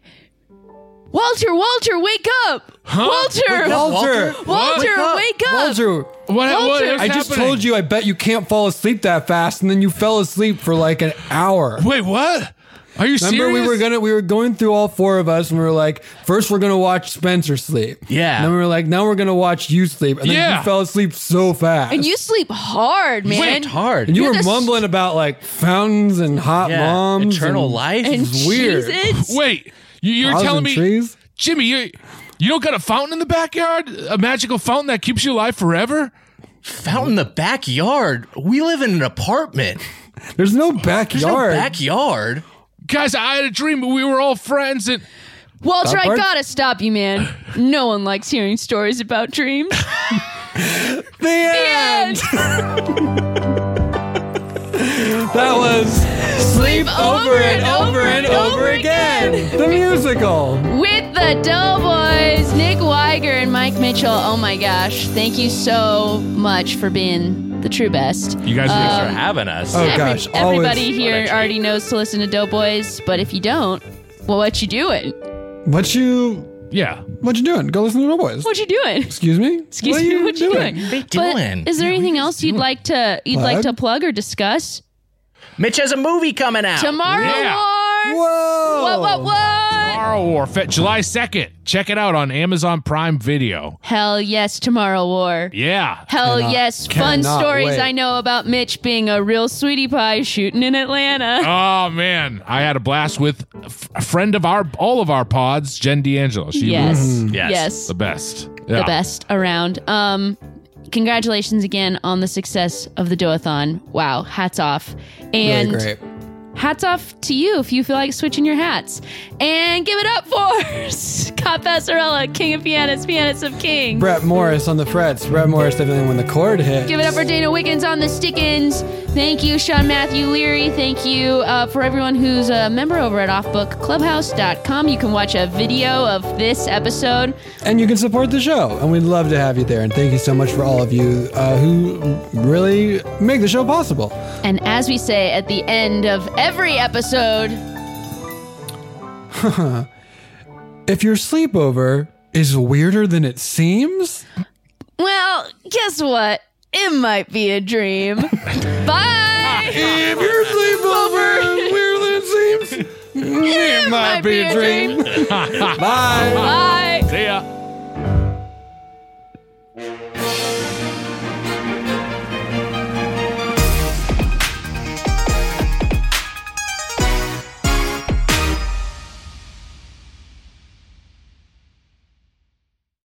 Speaker 2: Walter, Walter, wake up, Walter,
Speaker 4: Walter!
Speaker 2: Walter, wake up,
Speaker 4: Walter!
Speaker 5: What? what
Speaker 2: Walter!
Speaker 5: is
Speaker 4: I just
Speaker 5: happening?
Speaker 4: told you, I bet you can't fall asleep that fast, and then you fell asleep for like an hour.
Speaker 5: Wait, what? Are you
Speaker 4: Remember
Speaker 5: serious?
Speaker 4: we were gonna we were going through all four of us and we were like, first we're gonna watch Spencer sleep.
Speaker 6: Yeah.
Speaker 4: And then we were like, now we're gonna watch you sleep. And then
Speaker 5: Yeah.
Speaker 4: you fell asleep so fast.
Speaker 2: and you sleep hard, man.
Speaker 6: It's hard.
Speaker 4: And you
Speaker 2: you're
Speaker 4: were
Speaker 2: the
Speaker 4: mumbling about like fountains and hot
Speaker 6: yeah.
Speaker 4: moms.
Speaker 6: Eternal
Speaker 4: and
Speaker 6: life.
Speaker 2: and
Speaker 4: is weird.
Speaker 2: Cheez-Its.
Speaker 5: Wait, you, you're
Speaker 4: cows
Speaker 5: telling
Speaker 4: and
Speaker 5: me,
Speaker 4: trees.
Speaker 5: Jimmy, you you don't got a fountain in the backyard? A magical fountain that keeps you alive forever?
Speaker 6: Fountain in the backyard. We live in an apartment.
Speaker 4: There's no
Speaker 6: There's
Speaker 4: backyard.
Speaker 6: no backyard.
Speaker 5: Guys, I had a dream. We were all friends, and
Speaker 2: Walter,
Speaker 4: That
Speaker 2: I
Speaker 4: part?
Speaker 2: gotta stop you, man. No one likes hearing stories about dreams.
Speaker 4: The end.
Speaker 2: And-
Speaker 4: That was Sleep
Speaker 2: Over and Over and Over
Speaker 4: Again. The musical.
Speaker 2: with the Doughboys, Nick Weiger and Mike Mitchell. Oh my gosh, thank you so much for being the true best.
Speaker 5: you guys
Speaker 6: Thanks
Speaker 5: are
Speaker 6: for having us.
Speaker 4: Oh, gosh, always.
Speaker 2: everybody here
Speaker 6: What a
Speaker 2: already knows to listen to Doughboys, but if you don't, well, what you doing?
Speaker 4: What you
Speaker 5: yeah.
Speaker 4: what you doing? Go listen to No Boys.
Speaker 2: What you doing?
Speaker 4: Excuse me?
Speaker 2: Excuse
Speaker 4: what
Speaker 2: me,
Speaker 4: you
Speaker 2: what you doing?
Speaker 6: you
Speaker 2: But
Speaker 6: doing?
Speaker 2: is there anything else you'd like to you'd like to
Speaker 4: Plug?
Speaker 2: plug or discuss
Speaker 6: Mitch has a movie coming out.
Speaker 2: tomorrow? War?
Speaker 5: Yeah.
Speaker 4: Whoa.
Speaker 2: What? What? What?
Speaker 5: Tomorrow War, Fe- July 2nd. Check it out on Amazon Prime Video.
Speaker 2: Hell yes, Tomorrow War.
Speaker 5: Yeah.
Speaker 2: Hell yes, fun
Speaker 4: cannot
Speaker 2: stories
Speaker 4: wait.
Speaker 2: I know about Mitch being a real sweetie pie shooting in Atlanta.
Speaker 5: Oh, man. I had a blast with a f- a friend of our, all of our pods, Jen D'Angelo. She
Speaker 2: yes. Mm-hmm.
Speaker 5: was
Speaker 6: Yes.
Speaker 2: yes,
Speaker 5: the best.
Speaker 2: the
Speaker 5: Yeah.
Speaker 2: best around. Um, congratulations again on the success of the Doathon. Wow, hats off, and
Speaker 4: Really great.
Speaker 2: hats off to you if you feel like switching your hats. And give it up for Scott Passarella, King of Pianists, Pianist of Kings.
Speaker 4: Brett Morris on the frets. Brett Morris definitely when the chord hits.
Speaker 2: Give it up for Dana Wiggins on the Stickins. Thank you, Sean Matthew Leary. Thank you uh, for everyone who's a member over at offbookclubhouse.com. You can watch a video of this episode.
Speaker 4: and you can support the show. And we'd love to have you there. And thank you so much for all of you uh, who really make the show possible.
Speaker 2: And as we say at the end of every episode,
Speaker 4: If your sleepover is weirder than it seems,
Speaker 2: well, guess what? It might be a dream. Bye.
Speaker 4: if your sleepover is weirder than it seems, it might be a dream. Bye.
Speaker 2: Bye.
Speaker 5: See ya.